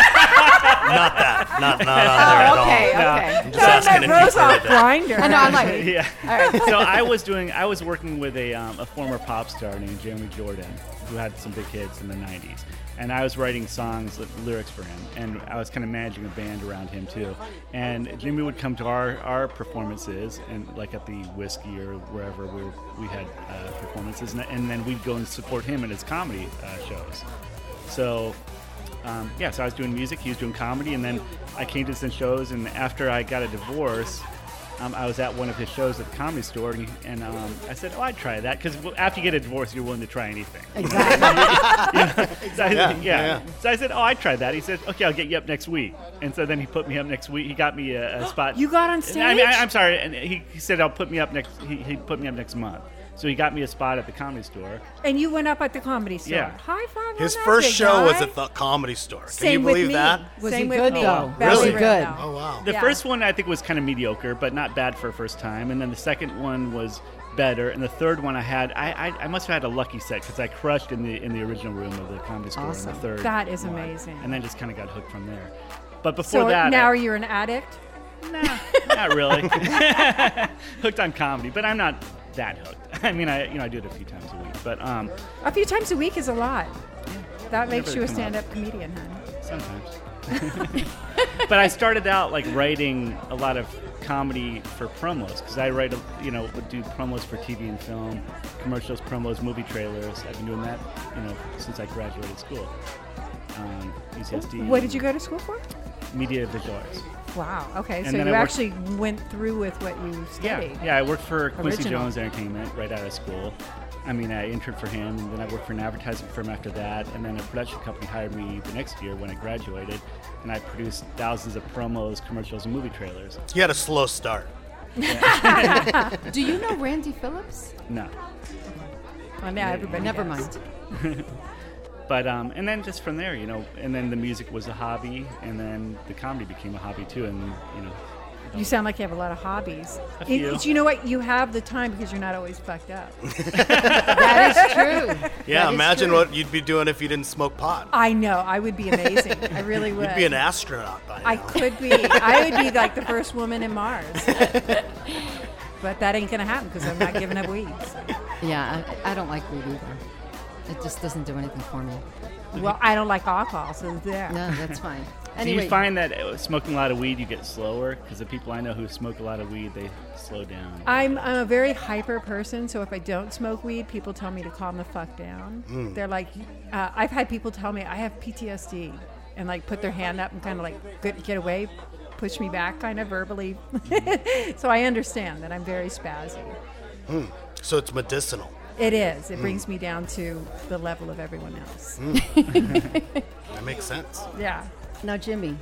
Speaker 4: that. Not, not on there
Speaker 2: okay,
Speaker 4: at all.
Speaker 2: okay.
Speaker 4: I'm
Speaker 1: No,
Speaker 4: just asking
Speaker 1: that
Speaker 4: if you've
Speaker 1: rose
Speaker 4: heard
Speaker 1: off
Speaker 4: of that.
Speaker 1: grinder.
Speaker 2: I know. I'm like,
Speaker 3: Yeah.
Speaker 2: all right.
Speaker 3: so I was doing. I was working with a, um, a former pop star named Jeremy Jordan, who had some big hits in the '90s, and I was writing songs, ly- lyrics for him, and I was kind of managing a band around him too. And Jimmy would come to our, our performances, and like at the whiskey or wherever we were, we had uh, performances, and, and then we'd go and support him in his comedy uh, shows. So um, yeah, so I was doing music, he was doing comedy, and then I came to some shows. And after I got a divorce, um, I was at one of his shows at the comedy store, and, he, and um, I said, "Oh, I'd try that," because after you get a divorce, you're willing to try anything.
Speaker 2: Exactly.
Speaker 3: So I,
Speaker 4: Yeah,
Speaker 3: yeah,
Speaker 4: yeah, yeah.
Speaker 3: So I said, "Oh, I tried that." He said, "Okay, I'll get you up next week." And so then he put me up next week. He got me a, a spot.
Speaker 1: You got on
Speaker 3: I mean, I,
Speaker 1: stage?
Speaker 3: I'm sorry. And he, he said, "I'll put me up next." He, he put me up next month. So he got me a spot at the comedy store.
Speaker 1: And you went up at the comedy store.
Speaker 3: Yeah.
Speaker 1: High five. on
Speaker 4: His
Speaker 1: that,
Speaker 4: first
Speaker 1: big
Speaker 4: show was
Speaker 1: guy.
Speaker 4: at the comedy store. Can
Speaker 1: Same
Speaker 4: you
Speaker 1: with
Speaker 4: believe
Speaker 1: me.
Speaker 4: that?
Speaker 2: Was
Speaker 1: Same
Speaker 2: he
Speaker 1: with
Speaker 2: good,
Speaker 1: me.
Speaker 2: though?
Speaker 1: Belly
Speaker 4: Really?
Speaker 1: Row,
Speaker 2: Good.
Speaker 1: though.
Speaker 4: Oh, wow.
Speaker 3: The
Speaker 1: Yeah.
Speaker 3: first one I think was kind of mediocre, but not bad for a first time. And then the second one was better. And the third one I had, I I, I must have had a lucky set because I crushed in the in the original room of the comedy store
Speaker 2: Awesome.
Speaker 3: in the third.
Speaker 1: That is
Speaker 3: one.
Speaker 1: amazing.
Speaker 3: And then just kind of got hooked from there. But before
Speaker 1: So
Speaker 3: that,
Speaker 1: now
Speaker 3: I-
Speaker 1: you're an addict.
Speaker 3: nah, not really. hooked on comedy, but I'm not that hooked. I mean, I you know I do it a few times a week, but um,
Speaker 1: A few times a week is a lot. That makes
Speaker 3: Never
Speaker 1: you a
Speaker 3: come up.
Speaker 1: stand-up comedian, huh?
Speaker 3: Sometimes. but I started out like writing a lot of comedy for promos because I write, a, you know, would do promos for TV and film, commercials, promos, movie trailers. I've been doing that, you know, since I graduated school. Um, UCSD.
Speaker 1: What did you go to school for?
Speaker 3: Media visual arts.
Speaker 1: Wow. Okay.
Speaker 3: And
Speaker 1: so
Speaker 3: then
Speaker 1: you
Speaker 3: I worked-
Speaker 1: actually went through with what you
Speaker 3: Yeah,
Speaker 1: studied.
Speaker 3: yeah. I worked for Quincy
Speaker 1: Original.
Speaker 3: Jones Entertainment right out of school. I mean, I interned for him, and then I worked for an advertising firm after that, and then a production company hired me the next year when I graduated, and I produced thousands of promos, commercials, and movie trailers.
Speaker 4: You had a slow start.
Speaker 2: Do you know Randy Phillips?
Speaker 3: No.
Speaker 1: Well, now everybody.
Speaker 2: Never
Speaker 1: does.
Speaker 2: mind.
Speaker 3: But um, and then just from there, you know, and then the music was a hobby, and then the comedy became a hobby too, and you know,
Speaker 1: You sound like you have a lot of hobbies.
Speaker 3: A
Speaker 1: It-
Speaker 3: few.
Speaker 1: it's- you know what? You have the time because you're not always fucked up.
Speaker 2: That is true.
Speaker 4: Yeah,
Speaker 2: That is
Speaker 4: imagine
Speaker 2: true.
Speaker 4: what you'd be doing if you didn't smoke pot.
Speaker 1: I know. I would be amazing. I really would.
Speaker 4: You'd be an astronaut by now.
Speaker 1: I could be. I would be like the first woman in Mars. but that ain't gonna happen because I'm not giving up weed. so.
Speaker 2: Yeah, I, I don't like weed either. It just doesn't do anything for me.
Speaker 1: Well, I don't like alcohol, so there.
Speaker 2: No, that's fine.
Speaker 3: do
Speaker 2: Anyway,
Speaker 3: you find that uh, smoking a lot of weed you get slower? Because the people I know who smoke a lot of weed, they slow down.
Speaker 1: I'm a very hyper person, so if I don't smoke weed, people tell me to calm the fuck down.
Speaker 4: Mm.
Speaker 1: They're like, uh, I've had people tell me I have PTSD and like put their hand up and kind of like get, get away, push me back, kind of verbally. so I understand that I'm very spazzy.
Speaker 4: so it's medicinal.
Speaker 1: It is.
Speaker 4: Mm.
Speaker 1: It brings me down to the level of everyone else.
Speaker 4: That makes sense.
Speaker 1: Yeah.
Speaker 2: now Jimmy,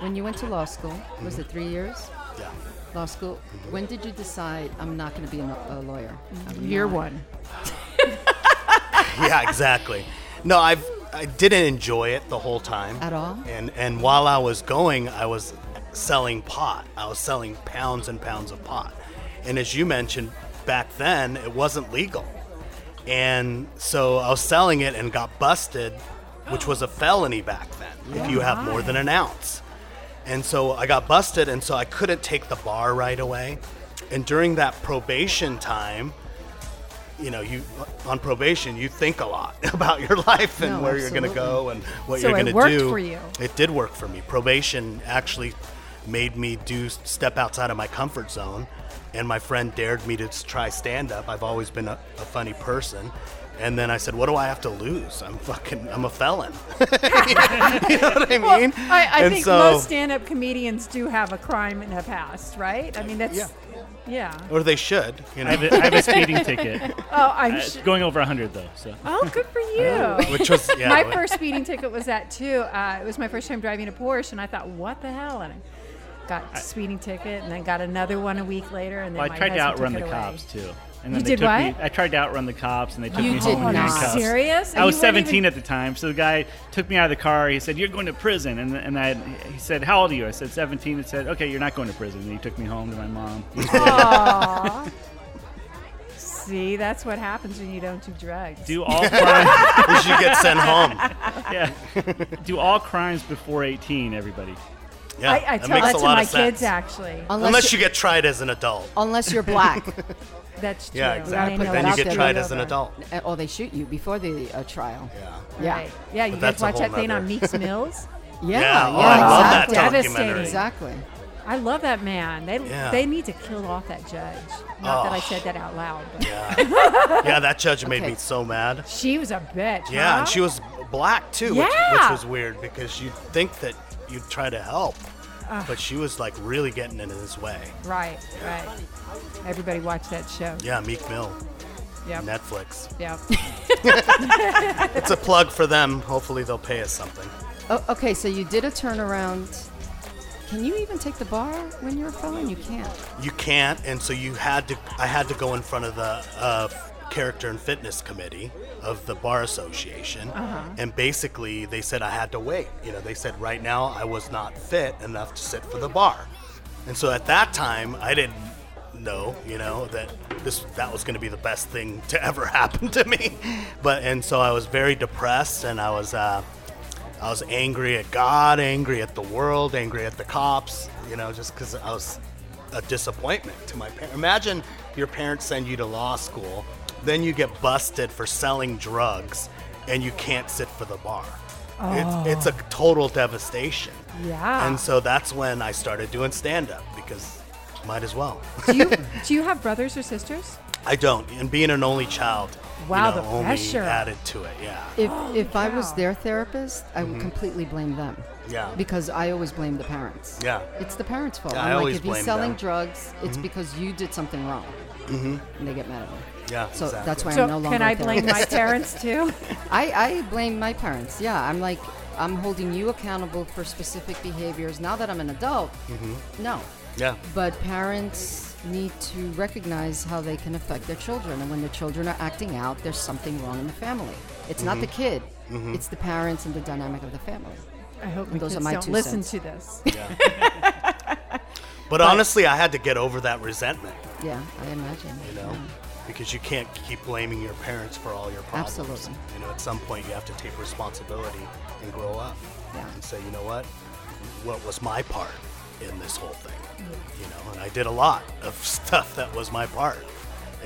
Speaker 2: when you went to law school, was it three years?
Speaker 4: Yeah.
Speaker 2: Law school. When did you decide I'm not going to be an- a lawyer? I'm
Speaker 1: Year
Speaker 2: not."
Speaker 1: one.
Speaker 4: Yeah, exactly. No, I've I didn't enjoy it the whole time
Speaker 2: At all?
Speaker 4: And and while I was going, I was selling pot. I was selling pounds and pounds of pot. And as you mentioned, back then it wasn't legal. And so I was selling it and got busted which was a felony back then if you have more than an ounce. And so I got busted, and so I couldn't take the bar right away. And during that probation time, you know, you on probation, you think a lot about your life and
Speaker 2: No,
Speaker 4: where you're going to go and what
Speaker 1: So
Speaker 4: you're
Speaker 1: it
Speaker 4: going to do.
Speaker 1: worked for you.
Speaker 4: It did work for me. Probation actually made me do step outside of my comfort zone, and my friend dared me to s- try stand up. I've always been a, a funny person. And then I said, "What do I have to lose? I'm fucking, I'm a felon." you know what I mean?
Speaker 1: Well, I, I
Speaker 4: And
Speaker 1: think
Speaker 4: so-
Speaker 1: most stand-up comedians do have a crime in the past, right? I mean, that's yeah.
Speaker 4: Yeah. or they should. You know,
Speaker 3: I have a, I have a speeding ticket.
Speaker 1: Oh, I'm.
Speaker 3: Uh,
Speaker 1: sh-
Speaker 3: going over 100 though, so
Speaker 1: oh, good for you.
Speaker 4: which was yeah.
Speaker 1: my
Speaker 4: like-
Speaker 1: first speeding ticket was that too. Uh, it was my first time driving a Porsche, and I thought, what the hell? And I got a speeding ticket, and then got another one a week later, and then
Speaker 3: well, I
Speaker 1: my
Speaker 3: tried to
Speaker 1: husband
Speaker 3: outrun the
Speaker 1: took it away.
Speaker 3: cops too. And then
Speaker 1: You
Speaker 3: they
Speaker 1: did
Speaker 3: took
Speaker 1: what?
Speaker 3: Me, I tried to outrun the cops, and they took
Speaker 2: You
Speaker 3: me
Speaker 2: did
Speaker 3: home in
Speaker 2: not.
Speaker 3: handcuffs.
Speaker 1: Serious? And
Speaker 3: I was
Speaker 1: you weren't
Speaker 3: 17
Speaker 1: even-
Speaker 3: at the time, so the guy took me out of the car. He said, "You're going to prison," and and I he said, "How old are you?" I said, "17." He said, "Okay, you're not going to prison." And he took me home to my mom.
Speaker 1: Aw. See, that's what happens when you don't do drugs.
Speaker 3: do all crime,
Speaker 4: you should get sent home.
Speaker 3: yeah, do all crimes before 18. Everybody.
Speaker 4: Yeah,
Speaker 1: I, I
Speaker 4: that
Speaker 1: tell
Speaker 4: makes
Speaker 1: that
Speaker 4: a
Speaker 1: to
Speaker 4: lot
Speaker 1: my
Speaker 4: of sense.
Speaker 1: kids actually.
Speaker 2: Unless,
Speaker 4: Unless
Speaker 2: you,
Speaker 4: you get tried as an adult.
Speaker 2: unless you're black,
Speaker 1: That's true.
Speaker 4: Yeah,
Speaker 1: Gotta
Speaker 4: exactly.
Speaker 1: know
Speaker 4: Then
Speaker 1: what
Speaker 4: you
Speaker 1: else
Speaker 4: get
Speaker 1: to
Speaker 4: tried
Speaker 1: do
Speaker 4: as an
Speaker 1: over.
Speaker 4: adult.
Speaker 2: Uh, or they shoot you before the uh, trial.
Speaker 4: Yeah.
Speaker 2: Yeah.
Speaker 1: Right. Yeah, you
Speaker 4: But
Speaker 1: guys
Speaker 4: that's a
Speaker 1: watch
Speaker 4: whole
Speaker 1: that thing on
Speaker 4: nother-
Speaker 1: Meeks Mills?
Speaker 2: Yeah,
Speaker 4: Yeah, oh,
Speaker 1: I love that
Speaker 2: exactly.
Speaker 1: Devastating.
Speaker 4: documentary.
Speaker 2: Exactly.
Speaker 1: I love that man. They
Speaker 4: Yeah. Oh.
Speaker 1: they need to kill off that judge. Not that I said that out loud, but
Speaker 4: Yeah, that judge made
Speaker 2: Okay.
Speaker 4: me so mad.
Speaker 1: she was a bitch.
Speaker 4: Yeah,
Speaker 1: huh?
Speaker 4: and she was black too, which,
Speaker 1: Yeah.
Speaker 4: which was weird because you'd think that you'd try to help, but she was like really getting in his way.
Speaker 1: right, right. Everybody watch that show.
Speaker 4: Yeah, Meek Mill,
Speaker 1: Yep.
Speaker 4: Netflix.
Speaker 1: Yep.
Speaker 4: It's a plug for them. Hopefully they'll pay us something.
Speaker 2: Oh, okay, so you did a turnaround. Can you even take the bar when you're a felon? You can't.
Speaker 4: You can't, and so you had to. I had to go in front of the uh, character and fitness committee of the bar association, and basically they said I had to wait. You know, they said right now I was not fit enough to sit for the bar, and so at that time I didn't know, you know, that this that was going to be the best thing to ever happen to me. But and so I was very depressed, and I was. Uh, I was angry at God, angry at the world, angry at the cops, you know, just because I was a disappointment to my parents. Imagine your parents send you to law school, then you get busted for selling drugs, and you can't sit for the bar. It's, it's a total devastation.
Speaker 1: Yeah.
Speaker 4: And so that's when I started doing stand up because might as well.
Speaker 1: do you do you have brothers or sisters?
Speaker 4: I don't. And being an only child,
Speaker 1: Wow,
Speaker 4: you know,
Speaker 1: the
Speaker 4: only
Speaker 1: pressure.
Speaker 4: added to it. Yeah.
Speaker 2: If, if I was
Speaker 1: wow.
Speaker 2: their therapist, I would completely blame them.
Speaker 4: Mm-hmm. Yeah.
Speaker 2: Because I always blame the parents.
Speaker 4: Yeah.
Speaker 2: It's the parents' fault.
Speaker 4: Yeah,
Speaker 2: I'm
Speaker 4: I
Speaker 2: like,
Speaker 4: always
Speaker 2: if he's
Speaker 4: blame
Speaker 2: selling
Speaker 4: them. Mm-hmm.
Speaker 2: drugs, it's because you did something wrong. Mm-hmm. And they get mad at me.
Speaker 4: Yeah,
Speaker 2: So
Speaker 4: exactly.
Speaker 2: that's why
Speaker 1: so
Speaker 2: I'm no longer.
Speaker 1: can
Speaker 2: a
Speaker 1: I blame
Speaker 2: therapist.
Speaker 1: my parents too?
Speaker 2: I, I blame my parents. Yeah, I'm like, I'm holding you accountable for specific behaviors. Now that I'm an adult,
Speaker 4: Mm-hmm.
Speaker 2: no.
Speaker 4: Yeah.
Speaker 2: But parents need to recognize how they can affect their children. And when their children are acting out, there's something wrong in the family. It's not the
Speaker 4: Mm-hmm.
Speaker 2: kid, it's the parents and the dynamic of the family.
Speaker 1: I hope my
Speaker 2: Those
Speaker 1: kids
Speaker 2: are my
Speaker 1: don't
Speaker 2: two
Speaker 1: listen
Speaker 2: cents.
Speaker 1: to this.
Speaker 4: But honestly, I had to get over that resentment,
Speaker 2: Yeah, I imagine.
Speaker 4: you know, because you can't keep blaming your parents for all your problems.
Speaker 2: Absolutely.
Speaker 4: You know, at some point, you have to take responsibility and grow up
Speaker 2: Yeah.
Speaker 4: and say, you know what, what was my part in this whole thing?
Speaker 2: Mm-hmm.
Speaker 4: You know, and I did a lot of stuff that was my part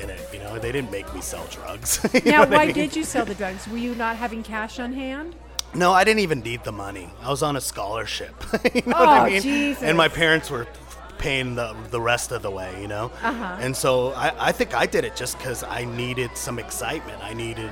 Speaker 4: in it. You know, they didn't make me sell drugs. You know
Speaker 1: Now,
Speaker 4: what I
Speaker 1: why
Speaker 4: mean?
Speaker 1: did you sell the drugs? Were you not having cash on hand?
Speaker 4: No, I didn't even need the money. I was on a scholarship. you know
Speaker 1: Oh,
Speaker 4: what I mean?
Speaker 1: Jesus.
Speaker 4: And my parents were paying the, the rest of the way, you know? Uh-huh. And so I, I think I did it just because I needed some excitement. I needed,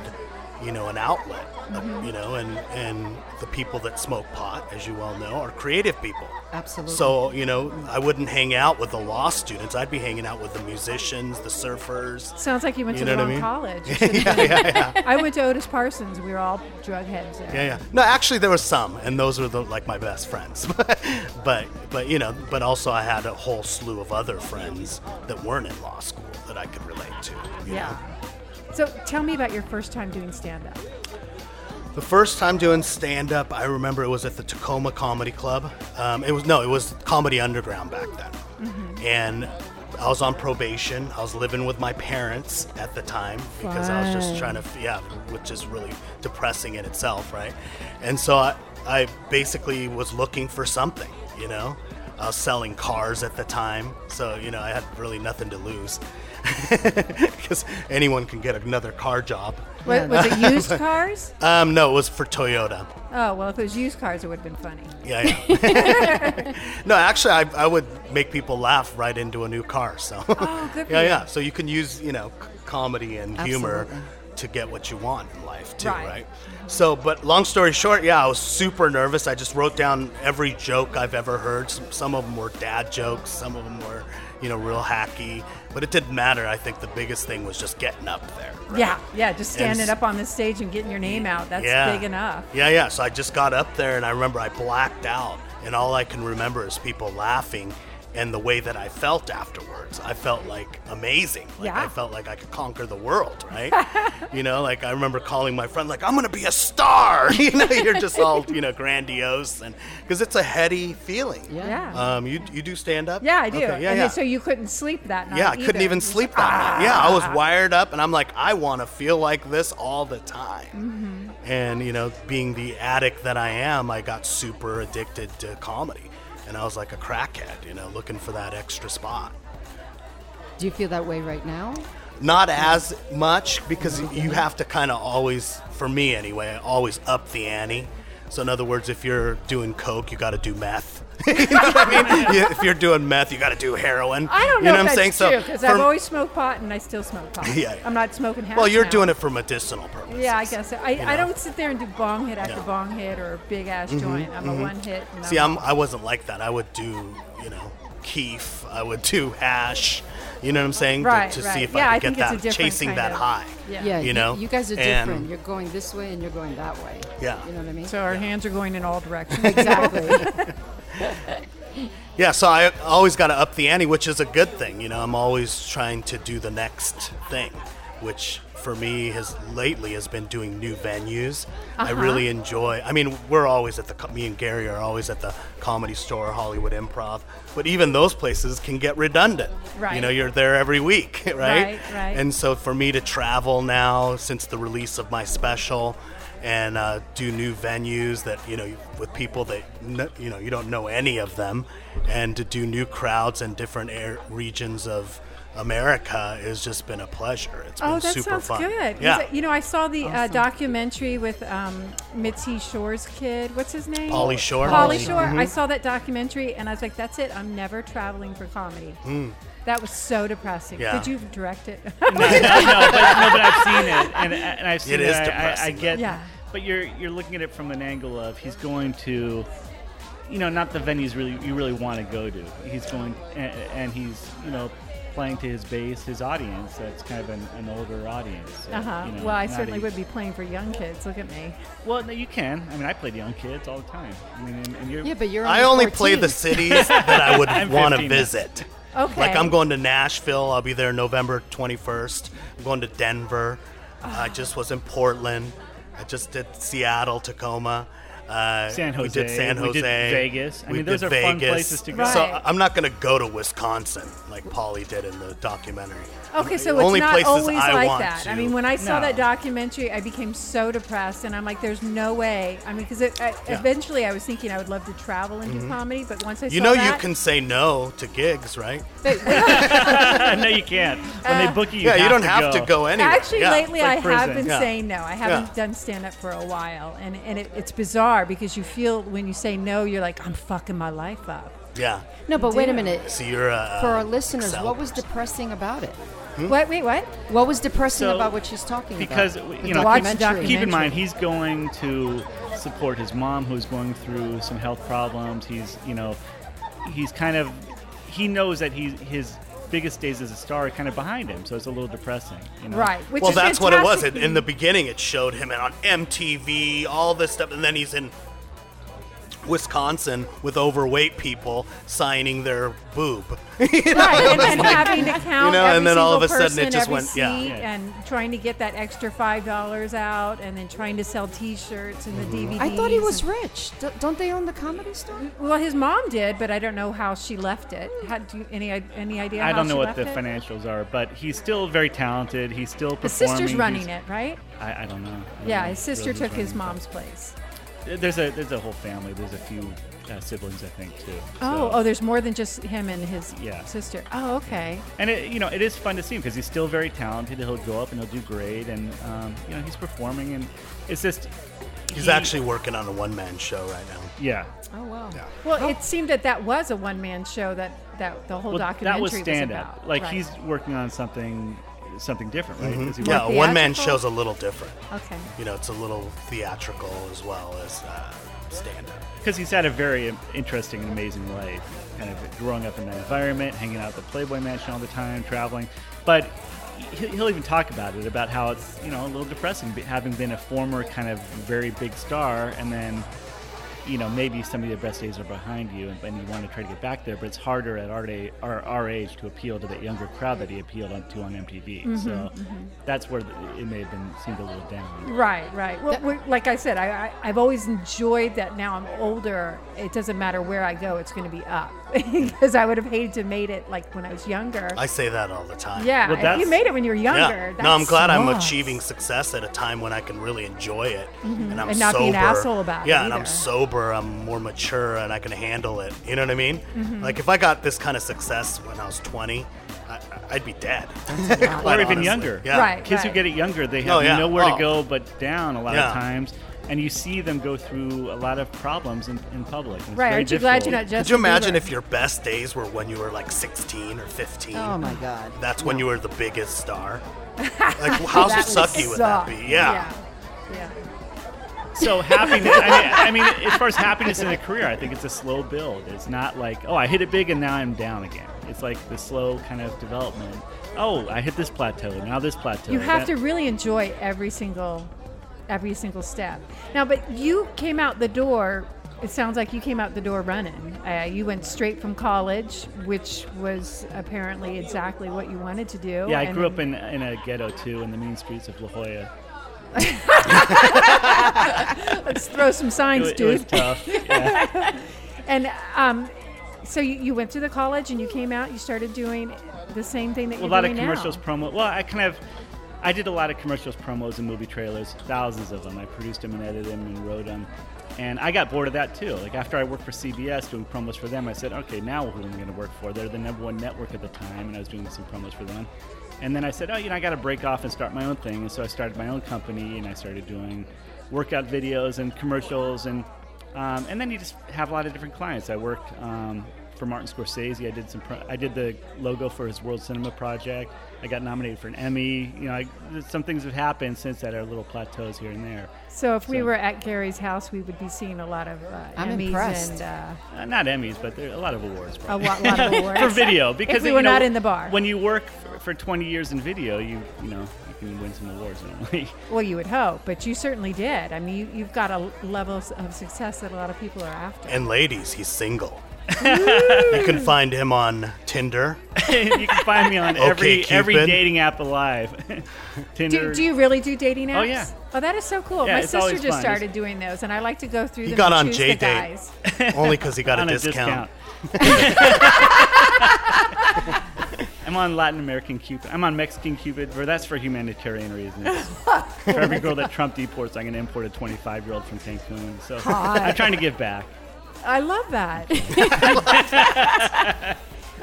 Speaker 4: you know, an outlet, uh, you know, and, and the people that smoke pot, as you well know, are creative people.
Speaker 2: Absolutely.
Speaker 4: So, you know, I wouldn't hang out with the law students. I'd be hanging out with the musicians, the surfers.
Speaker 1: Sounds like you went
Speaker 4: You
Speaker 1: to the
Speaker 4: know
Speaker 1: wrong
Speaker 4: what
Speaker 1: college. You should've been- I went to Otis Parsons. We were all drug heads there.
Speaker 4: Yeah, yeah. No, actually, there were some, and those were the, like my best friends. but, but you know, but also I had a whole slew of other friends that weren't in law school that I could relate to. you
Speaker 1: Yeah. So tell me about your first time doing stand up.
Speaker 4: The first time doing stand up, I remember it was at the Tacoma Comedy Club. Um, it was no, it was Comedy Underground back then, and I was on probation. I was living with my parents at the time because I was just
Speaker 1: Fun.
Speaker 4: trying to, yeah, which is really depressing in itself, right? And so I, I basically was looking for something, you know? I was selling cars at the time, so, you know, I had really nothing to lose because anyone can get another car job.
Speaker 1: Wa- was it used cars?
Speaker 4: Um, no, it was for Toyota.
Speaker 1: Oh, well, if it was used cars, it would have been funny.
Speaker 4: Yeah, yeah. no, actually, I, I would make people laugh right into a new car. So,
Speaker 1: Oh, good for
Speaker 4: yeah,
Speaker 1: you.
Speaker 4: yeah. So you can use, you know, c- comedy and humor
Speaker 2: Absolutely.
Speaker 4: to get what you want in life too,
Speaker 1: Right.
Speaker 4: right? So, but long story short, yeah, I was super nervous. I just wrote down every joke I've ever heard. Some, some of them were dad jokes. Some of them were, you know, real hacky. But it didn't matter. I think the biggest thing was just getting up there. right?
Speaker 1: Yeah, yeah, just standing
Speaker 4: s-
Speaker 1: up on the stage and getting your name out. That's big enough.
Speaker 4: Yeah, yeah. So I just got up there and I remember I blacked out, and all I can remember is people laughing and the way that I felt afterwards. I felt like amazing. Like
Speaker 1: Yeah.
Speaker 4: I felt like I could conquer the world, right? you know, like I remember calling my friend, like, I'm going to be a star. you know, you're just all, you know, grandiose. and Because it's a heady feeling.
Speaker 2: Yeah.
Speaker 1: Yeah.
Speaker 4: Um, you, you do stand up?
Speaker 1: yeah, I do.
Speaker 4: Okay, yeah,
Speaker 1: and
Speaker 4: yeah.
Speaker 1: then- so you couldn't sleep that night.
Speaker 4: Yeah, I couldn't
Speaker 1: either.
Speaker 4: even sleep that
Speaker 1: "Ah."
Speaker 4: night. Yeah, I was wired up, and I'm like, I want to feel like this all the time.
Speaker 1: Mm-hmm.
Speaker 4: And you know, being the addict that I am, I got super addicted to comedy, and I was like a crackhead, you know, looking for that extra spot.
Speaker 2: Do you feel that way right now?
Speaker 4: Not as much because you have to kind of always, for me anyway, always up the ante. So in other words, if you're doing coke, you got to do meth. you know what I mean? You- if you're doing meth, you got to do heroin.
Speaker 1: I don't
Speaker 4: You
Speaker 1: know,
Speaker 4: know
Speaker 1: if
Speaker 4: what I'm saying?
Speaker 1: that's true
Speaker 4: so
Speaker 1: because
Speaker 4: for-
Speaker 1: I've always smoked pot and I still smoke pot.
Speaker 4: Yeah.
Speaker 1: I'm not smoking hash
Speaker 4: Well, you're
Speaker 1: now.
Speaker 4: doing it for medicinal purposes.
Speaker 1: Yeah, I guess so. I, I
Speaker 4: know?
Speaker 1: don't sit there and do bong hit after
Speaker 4: Yeah. Mm-hmm,
Speaker 1: bong hit or a big ass joint. I'm a one hit. And
Speaker 4: See, I'm I wasn't like that. I would do, you know, keef. I would do hash. You know what I'm saying? To-
Speaker 1: Right,
Speaker 4: to
Speaker 1: right.
Speaker 4: see if
Speaker 1: Yeah, I
Speaker 4: I could
Speaker 1: think it's a
Speaker 4: get that,
Speaker 1: different
Speaker 4: chasing
Speaker 1: kind
Speaker 4: that
Speaker 1: of-
Speaker 4: high.
Speaker 1: Yeah.
Speaker 2: Yeah,
Speaker 4: You know?
Speaker 2: you guys are
Speaker 4: And-
Speaker 2: different. You're going this way and you're going that way.
Speaker 4: Yeah.
Speaker 2: you know what I mean.
Speaker 1: So our hands are going in all directions.
Speaker 2: exactly.
Speaker 4: Yeah, so I always got to up the ante, which is a good thing. You know, I'm always trying to do the next thing, which for me has lately has been doing new venues. I really enjoy. I mean, we're always at the co- me and Gary are always at the Comedy Store, Hollywood Improv, but even those places can get redundant.
Speaker 1: Right.
Speaker 4: You know, you're there every week, right?
Speaker 1: Right, right.
Speaker 4: And so for me to travel now since the release of my special and uh, do new venues that you know with people that kn- you know you don't know any of them and to do new crowds in different air regions of America has just been a pleasure. It's been
Speaker 1: Oh, that
Speaker 4: super
Speaker 1: sounds
Speaker 4: fun.
Speaker 1: good. 'Cause,
Speaker 4: Yeah.
Speaker 1: You know, I saw the uh, documentary with um, Mitzi Shore's kid. What's his name?
Speaker 4: Pauly Shore.
Speaker 1: Polly
Speaker 4: Pauly. Mm-hmm.
Speaker 1: Shore. I saw that documentary and I was like, that's it. I'm never traveling for comedy. That was so depressing.
Speaker 4: Hmm. Yeah. Uh-huh.
Speaker 1: Did you direct it?
Speaker 3: no, but, no, but I've seen it, and, and I've seen
Speaker 4: It
Speaker 3: it.
Speaker 4: is
Speaker 3: I- I, I
Speaker 4: depressing,
Speaker 3: get,
Speaker 1: though. Yeah.
Speaker 3: but you're you're looking at it from an angle of he's going to, you know, not the venues really you really want to go to. He's going and, and he's you know playing to his base, his audience. That's kind of an, an older audience. so,
Speaker 1: uh-huh.
Speaker 3: you know,
Speaker 1: well, I
Speaker 3: not
Speaker 1: certainly
Speaker 3: a-
Speaker 1: would be playing for young kids. Look at me.
Speaker 3: Well, no, you can. I mean, I play to young kids all the time. I mean, and, and you're
Speaker 2: yeah, but you're.
Speaker 4: I only play
Speaker 2: 14.
Speaker 4: the cities that I would
Speaker 3: I'm
Speaker 4: want
Speaker 3: 15
Speaker 4: to
Speaker 3: now.
Speaker 4: visit.
Speaker 1: Okay.
Speaker 4: Like I'm going to Nashville. I'll be there November 21st. I'm going to Denver.
Speaker 1: Ah.
Speaker 4: I just was in Portland. I just did Seattle, Tacoma. Uh,
Speaker 3: San
Speaker 4: We
Speaker 3: Jose.
Speaker 4: did San
Speaker 3: We
Speaker 4: Jose.
Speaker 3: did Vegas. I
Speaker 4: We
Speaker 3: mean, those
Speaker 4: did
Speaker 3: are fun
Speaker 4: Vegas.
Speaker 3: places to go.
Speaker 1: Right.
Speaker 4: So I- I'm not going to go to Wisconsin like Polly did in the documentary.
Speaker 1: Okay, so
Speaker 4: The only
Speaker 1: it's not
Speaker 4: places
Speaker 1: always
Speaker 4: I
Speaker 1: like
Speaker 4: want
Speaker 1: that. I
Speaker 4: to-
Speaker 1: mean, when I saw
Speaker 3: No.
Speaker 1: that documentary, I became so depressed, and I'm like, "There's no way." I mean, because
Speaker 4: Yeah. Mm-hmm.
Speaker 1: eventually I was thinking I would love to travel and do comedy, but once I
Speaker 4: you
Speaker 1: saw
Speaker 4: know
Speaker 1: that,
Speaker 4: you can say no to gigs, right?
Speaker 3: no, you can't. When
Speaker 1: Uh,
Speaker 3: they book you, you
Speaker 4: yeah, you don't have
Speaker 3: to
Speaker 4: to go anywhere.
Speaker 1: Actually,
Speaker 4: yeah.
Speaker 1: lately
Speaker 3: like
Speaker 1: I have
Speaker 3: prison.
Speaker 1: been
Speaker 4: Yeah.
Speaker 1: saying no. I haven't
Speaker 4: Yeah.
Speaker 1: done stand up for a while, and and it, it's bizarre because you feel when you say no, you're like, "I'm fucking my life up."
Speaker 4: Yeah.
Speaker 2: No, but wait a
Speaker 1: Damn.
Speaker 2: minute.
Speaker 4: So you're uh,
Speaker 2: For
Speaker 3: Um,
Speaker 2: our listeners, what was
Speaker 4: Excalibur.
Speaker 2: depressing about it?
Speaker 4: Hmm?
Speaker 1: What? Wait, what?
Speaker 2: What was depressing
Speaker 3: So-
Speaker 2: about what she's talking
Speaker 3: because
Speaker 2: about?
Speaker 3: you
Speaker 2: The
Speaker 3: know
Speaker 1: Watch
Speaker 3: keep-
Speaker 1: documentary.
Speaker 3: keep in mind he's going to support his mom who's going through some health problems he's you know he's kind of he knows that he's his biggest days as a star are kind of behind him so it's a little depressing you know?
Speaker 1: Right. Which
Speaker 4: well,
Speaker 1: is
Speaker 4: that's what it was.
Speaker 1: fantastic.
Speaker 4: It, in the beginning, it showed him on MTV, all this stuff, and then he's in Wisconsin with overweight people signing their boob.
Speaker 1: Right, and, and having to count
Speaker 4: know,
Speaker 1: every
Speaker 4: and then all
Speaker 1: single
Speaker 4: of a sudden
Speaker 1: person,
Speaker 4: it just
Speaker 1: every
Speaker 4: went-
Speaker 1: seat,
Speaker 4: yeah.
Speaker 3: Yeah.
Speaker 1: and trying to get that extra five dollars out, and then trying to sell T-shirts
Speaker 4: Mm-hmm.
Speaker 1: and the DVDs.
Speaker 2: I thought he was
Speaker 1: and-
Speaker 2: rich. D- don't they own the comedy store?
Speaker 1: well, his mom did, but I don't know how she left it. Had do you, any i- any idea?
Speaker 3: I
Speaker 1: how
Speaker 3: don't know
Speaker 1: she
Speaker 3: what
Speaker 1: left
Speaker 3: the
Speaker 1: it?
Speaker 3: financials are, but he's still very talented. He's still
Speaker 1: His
Speaker 3: performing.
Speaker 1: sister's running
Speaker 3: He's-
Speaker 1: it, right?
Speaker 3: I, I don't know. I don't
Speaker 1: Yeah,
Speaker 3: know
Speaker 1: his sister
Speaker 3: really who's
Speaker 1: took his
Speaker 3: running
Speaker 1: mom's place.
Speaker 3: it. There's a there's a whole family. There's a few uh, siblings, I think, too.
Speaker 1: Oh,
Speaker 3: So-
Speaker 1: oh, there's more than just him and his
Speaker 3: Yeah.
Speaker 1: sister. Oh, okay.
Speaker 3: and it, you know it is fun to see him because he's still very talented. He'll go up and he'll do great, and um, you know he's performing, and it's just
Speaker 4: He's
Speaker 3: he-
Speaker 4: actually working on a one man show right now.
Speaker 3: yeah.
Speaker 2: Oh wow.
Speaker 4: Yeah.
Speaker 1: Well, it seemed that that was a one-man show that that the whole
Speaker 3: Well, that
Speaker 1: documentary
Speaker 3: was stand up.
Speaker 1: about.
Speaker 3: Like
Speaker 1: Right.
Speaker 3: he's working on something something different, right? Is he
Speaker 4: Yeah, a
Speaker 3: working-
Speaker 4: one man
Speaker 1: theatrical?
Speaker 4: show's a little different.
Speaker 1: okay.
Speaker 4: You know, it's a little theatrical as well as uh, stand up.
Speaker 3: because he's had a very interesting and amazing life, kind of growing up in that environment, hanging out at the Playboy Mansion all the time, traveling. But he- he'll even talk about it, about how it's you know a little depressing be- having been a former kind of very big star and then you know maybe some of your best days are behind you and, and you want to try to get back there, but it's harder at our, day, our, our age to appeal to that younger crowd that he appealed on, to on MTV. so that's where the, it may have been seemed a little down.
Speaker 1: Right, right. Well,
Speaker 2: That-
Speaker 1: we like I said, I, I, I've always enjoyed that. Now I'm older. It doesn't matter where I go; it's going to be up because I would have hated to made it like when I was younger.
Speaker 4: I say that all the time.
Speaker 1: yeah,
Speaker 3: Well,
Speaker 1: if you
Speaker 3: that's-
Speaker 1: made it when you were younger.
Speaker 4: Yeah. No, I'm
Speaker 1: that's-
Speaker 4: glad I'm
Speaker 2: smart.
Speaker 4: achieving success at a time when I can really enjoy it, and I'm
Speaker 1: Mm-hmm. And not
Speaker 4: sober.
Speaker 1: be an asshole about it
Speaker 4: yeah, and I'm
Speaker 1: either.
Speaker 4: sober. I'm more mature, and I can handle it. You know what I mean?
Speaker 1: Mm-hmm.
Speaker 4: Like if I got this kind of success when I was 20, I, I'd be dead.
Speaker 3: or
Speaker 4: Quite
Speaker 3: even
Speaker 4: honestly.
Speaker 3: younger.
Speaker 4: Yeah.
Speaker 1: Right.
Speaker 3: Kids who get it younger, they have
Speaker 4: Oh, yeah.
Speaker 3: nowhere
Speaker 4: Oh.
Speaker 3: to go but down a lot
Speaker 4: Yeah.
Speaker 3: of times, and you see them go through a lot of problems in, in public. and it's
Speaker 1: Right?
Speaker 3: very
Speaker 1: Aren't you glad
Speaker 3: difficult.
Speaker 1: you're not just?
Speaker 4: Could you imagine if your best days were when you were like 16 or 15?
Speaker 2: Oh my god.
Speaker 4: That's when
Speaker 2: No.
Speaker 4: you were the biggest star. Like how sucky would that be? Yeah.
Speaker 1: yeah.
Speaker 3: So happiness. I mean, I mean, as far as happiness in a career, I think it's a slow build. It's not like oh, I hit it big and now I'm down again. It's like the slow kind of development. Oh, I hit this plateau. Now this plateau.
Speaker 1: You have to
Speaker 3: that-
Speaker 1: really enjoy every single, every single step. Now, but you came out the door. It sounds like you came out the door running. Uh, you went straight from college, which was apparently exactly what you wanted to do.
Speaker 3: Yeah, I
Speaker 1: and-
Speaker 3: grew up in in a ghetto too, in the mean streets of La Jolla.
Speaker 1: Let's throw some
Speaker 3: It,
Speaker 1: signs,
Speaker 3: wa- it
Speaker 1: dude.
Speaker 3: was tough. Yeah.
Speaker 1: And um, so you, you went to the college and you came out. You started doing the same thing that
Speaker 3: a
Speaker 1: you're
Speaker 3: lot of
Speaker 1: doing
Speaker 3: commercials
Speaker 1: now.
Speaker 3: promo well i kind of i did a lot of commercials promos and movie trailers thousands of them i produced them and edited them and wrote them and i got bored of that too like after i worked for cbs doing promos for them i said okay now who am i going to work for they're the number one network at the time and i was doing some promos for them and then i said oh you know i got to break off and start my own thing and so i started my own company and i started doing workout videos and commercials and um, and then you just have a lot of different clients. I worked um, for Martin Scorsese. I did some. Pro- I did the logo for his World Cinema project. I got nominated for an Emmy. You know, I, some things have happened since that are little plateaus here and there.
Speaker 1: So if we
Speaker 3: So-
Speaker 1: were at Gary's house, we would be seeing a lot of uh,
Speaker 2: I'm
Speaker 1: Emmys
Speaker 2: impressed.
Speaker 1: and uh,
Speaker 3: Uh, not Emmys, but there are a lot of awards.
Speaker 1: a
Speaker 3: Probably.
Speaker 1: wa- lot of awards
Speaker 3: for video, because
Speaker 1: Oh, if we
Speaker 3: you
Speaker 1: were
Speaker 3: know,
Speaker 1: not in the bar.
Speaker 3: When you work for, for 20 years in video, you you know you can win some awards normally.
Speaker 1: well, you would hope, but you certainly did. I mean, you, you've got a l- level s- of success that a lot of people are after.
Speaker 4: And ladies, he's single. you can find him on Tinder.
Speaker 3: you can find me on every every
Speaker 4: Cupid.
Speaker 3: dating app alive. Tinder.
Speaker 1: do, do you really do dating apps?
Speaker 3: Oh, yeah.
Speaker 1: Oh, that is so cool.
Speaker 3: Yeah,
Speaker 1: My
Speaker 3: it's
Speaker 1: sister
Speaker 3: always
Speaker 1: just
Speaker 3: fun.
Speaker 1: started doing those, and I like to go through
Speaker 4: He
Speaker 1: them.
Speaker 4: got
Speaker 1: and
Speaker 4: on
Speaker 1: choose
Speaker 4: J
Speaker 1: the
Speaker 4: Date
Speaker 1: guys.
Speaker 4: only because he got
Speaker 3: on
Speaker 4: a discount.
Speaker 3: I'm on Latin American Cupid. I'm on Mexican Cupid, but that's for humanitarian reasons. for every girl that Trump deports, I'm going to import a 25 year old from Cancun. So I'm trying to give back.
Speaker 1: I love that.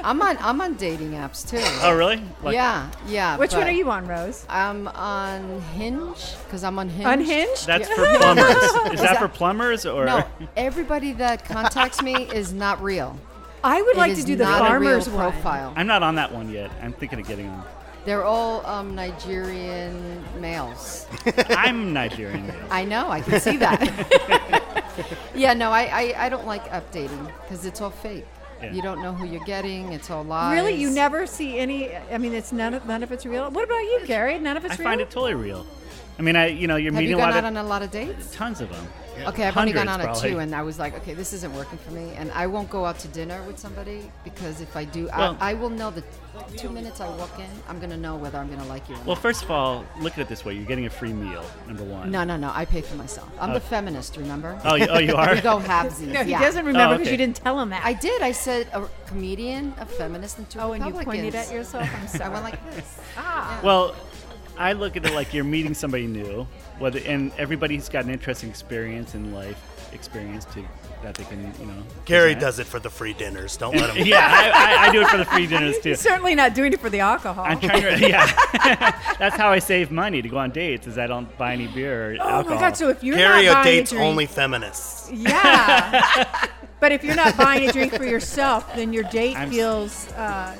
Speaker 2: I'm on I'm on dating apps too.
Speaker 3: Oh, really? Like,
Speaker 2: yeah, yeah.
Speaker 1: Which one
Speaker 2: but
Speaker 1: are you on, Rose?
Speaker 2: I'm on Hinge because I'm on Hinge.
Speaker 1: Unhinged?
Speaker 3: That's for plumbers. Is that
Speaker 2: that-
Speaker 3: for plumbers or?
Speaker 2: No, everybody that contacts me is not real.
Speaker 1: I would
Speaker 2: It
Speaker 1: like to
Speaker 2: is
Speaker 1: do the
Speaker 2: not a real
Speaker 1: farmer's one.
Speaker 2: profile.
Speaker 3: I'm not on that one yet. I'm thinking of getting on.
Speaker 2: They're all um, Nigerian males.
Speaker 3: I'm Nigerian.
Speaker 2: I know, I can see that. yeah, no, I, I, I don't like updating because it's all fake.
Speaker 3: Yeah.
Speaker 2: You don't know who you're getting. It's all lies.
Speaker 1: Really, you never see any. I mean, it's none of none of it's real. What about you, Gary? None of it's
Speaker 3: I
Speaker 1: real.
Speaker 3: find it totally real. I mean, I you know you're
Speaker 2: Have
Speaker 3: meeting
Speaker 2: you
Speaker 3: a
Speaker 2: gone
Speaker 3: lot
Speaker 2: out on
Speaker 3: of
Speaker 2: a lot of dates?
Speaker 3: tons of them.
Speaker 2: Okay, I've only gone on
Speaker 3: Hundreds,
Speaker 2: a two,
Speaker 3: probably.
Speaker 2: and I was like, okay, this isn't working for me, and I won't go out to dinner with somebody because if I do,
Speaker 3: Well-
Speaker 2: I, I will know that two minutes I walk in, I'm gonna know whether I'm gonna like you. Or
Speaker 3: Well,
Speaker 2: not.
Speaker 3: first of all, look at it this way: you're getting a free meal. Number one.
Speaker 2: No, no, no. I pay for myself. I'm the feminist. Remember?
Speaker 3: Oh, you, oh, you are.
Speaker 2: we go halvesies.
Speaker 1: No, he
Speaker 2: yeah.
Speaker 1: doesn't remember because
Speaker 3: Oh, okay.
Speaker 1: you didn't tell him that.
Speaker 2: I did. I said a comedian, a feminist, and two
Speaker 1: oh, and you pointed
Speaker 2: Republicans.
Speaker 1: at yourself. I'm
Speaker 2: I
Speaker 1: sorry.
Speaker 2: went like this.
Speaker 1: "Ah."
Speaker 3: Well, I look at it like you're meeting somebody new, whether and everybody's got an interesting experience in life, experience to that they can, you know.
Speaker 4: Gary
Speaker 3: present.
Speaker 4: does it for the free dinners. Don't let him.
Speaker 3: Yeah, I, I, I do it for the free dinners too.
Speaker 1: He's certainly not doing it for the alcohol.
Speaker 3: I'm trying to. Yeah, that's how I save money to go on dates. Is I don't buy any beer or
Speaker 1: oh
Speaker 3: alcohol.
Speaker 1: my god! So if you're
Speaker 4: Gary
Speaker 1: not buying a
Speaker 4: dates
Speaker 1: drink,
Speaker 4: only feminists.
Speaker 1: yeah. but if you're not buying a drink for yourself, then your date
Speaker 3: I'm s-
Speaker 1: feels. Uh,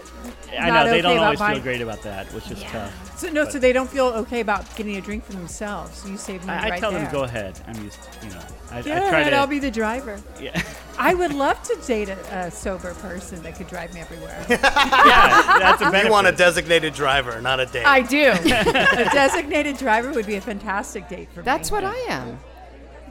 Speaker 3: I know
Speaker 1: not
Speaker 3: they
Speaker 1: okay
Speaker 3: don't
Speaker 1: about
Speaker 3: always
Speaker 1: buying-
Speaker 3: feel great about that, which is tough.
Speaker 1: So no,
Speaker 3: But-
Speaker 1: so they don't feel okay about getting a drink for themselves. You save money
Speaker 3: I, I
Speaker 1: right
Speaker 3: tell
Speaker 1: there.
Speaker 3: them go ahead. I'm used, to, you know. I,
Speaker 1: Go
Speaker 3: I try
Speaker 1: ahead,
Speaker 3: to.
Speaker 1: I'll be the driver.
Speaker 3: yeah,
Speaker 1: I would love to date a, a sober person that could drive me everywhere.
Speaker 3: yeah, that's a benefit.
Speaker 4: You want a designated driver, not a date.
Speaker 1: I do. a designated driver would be a fantastic date for
Speaker 2: That's
Speaker 1: me.
Speaker 2: what I am.
Speaker 1: That's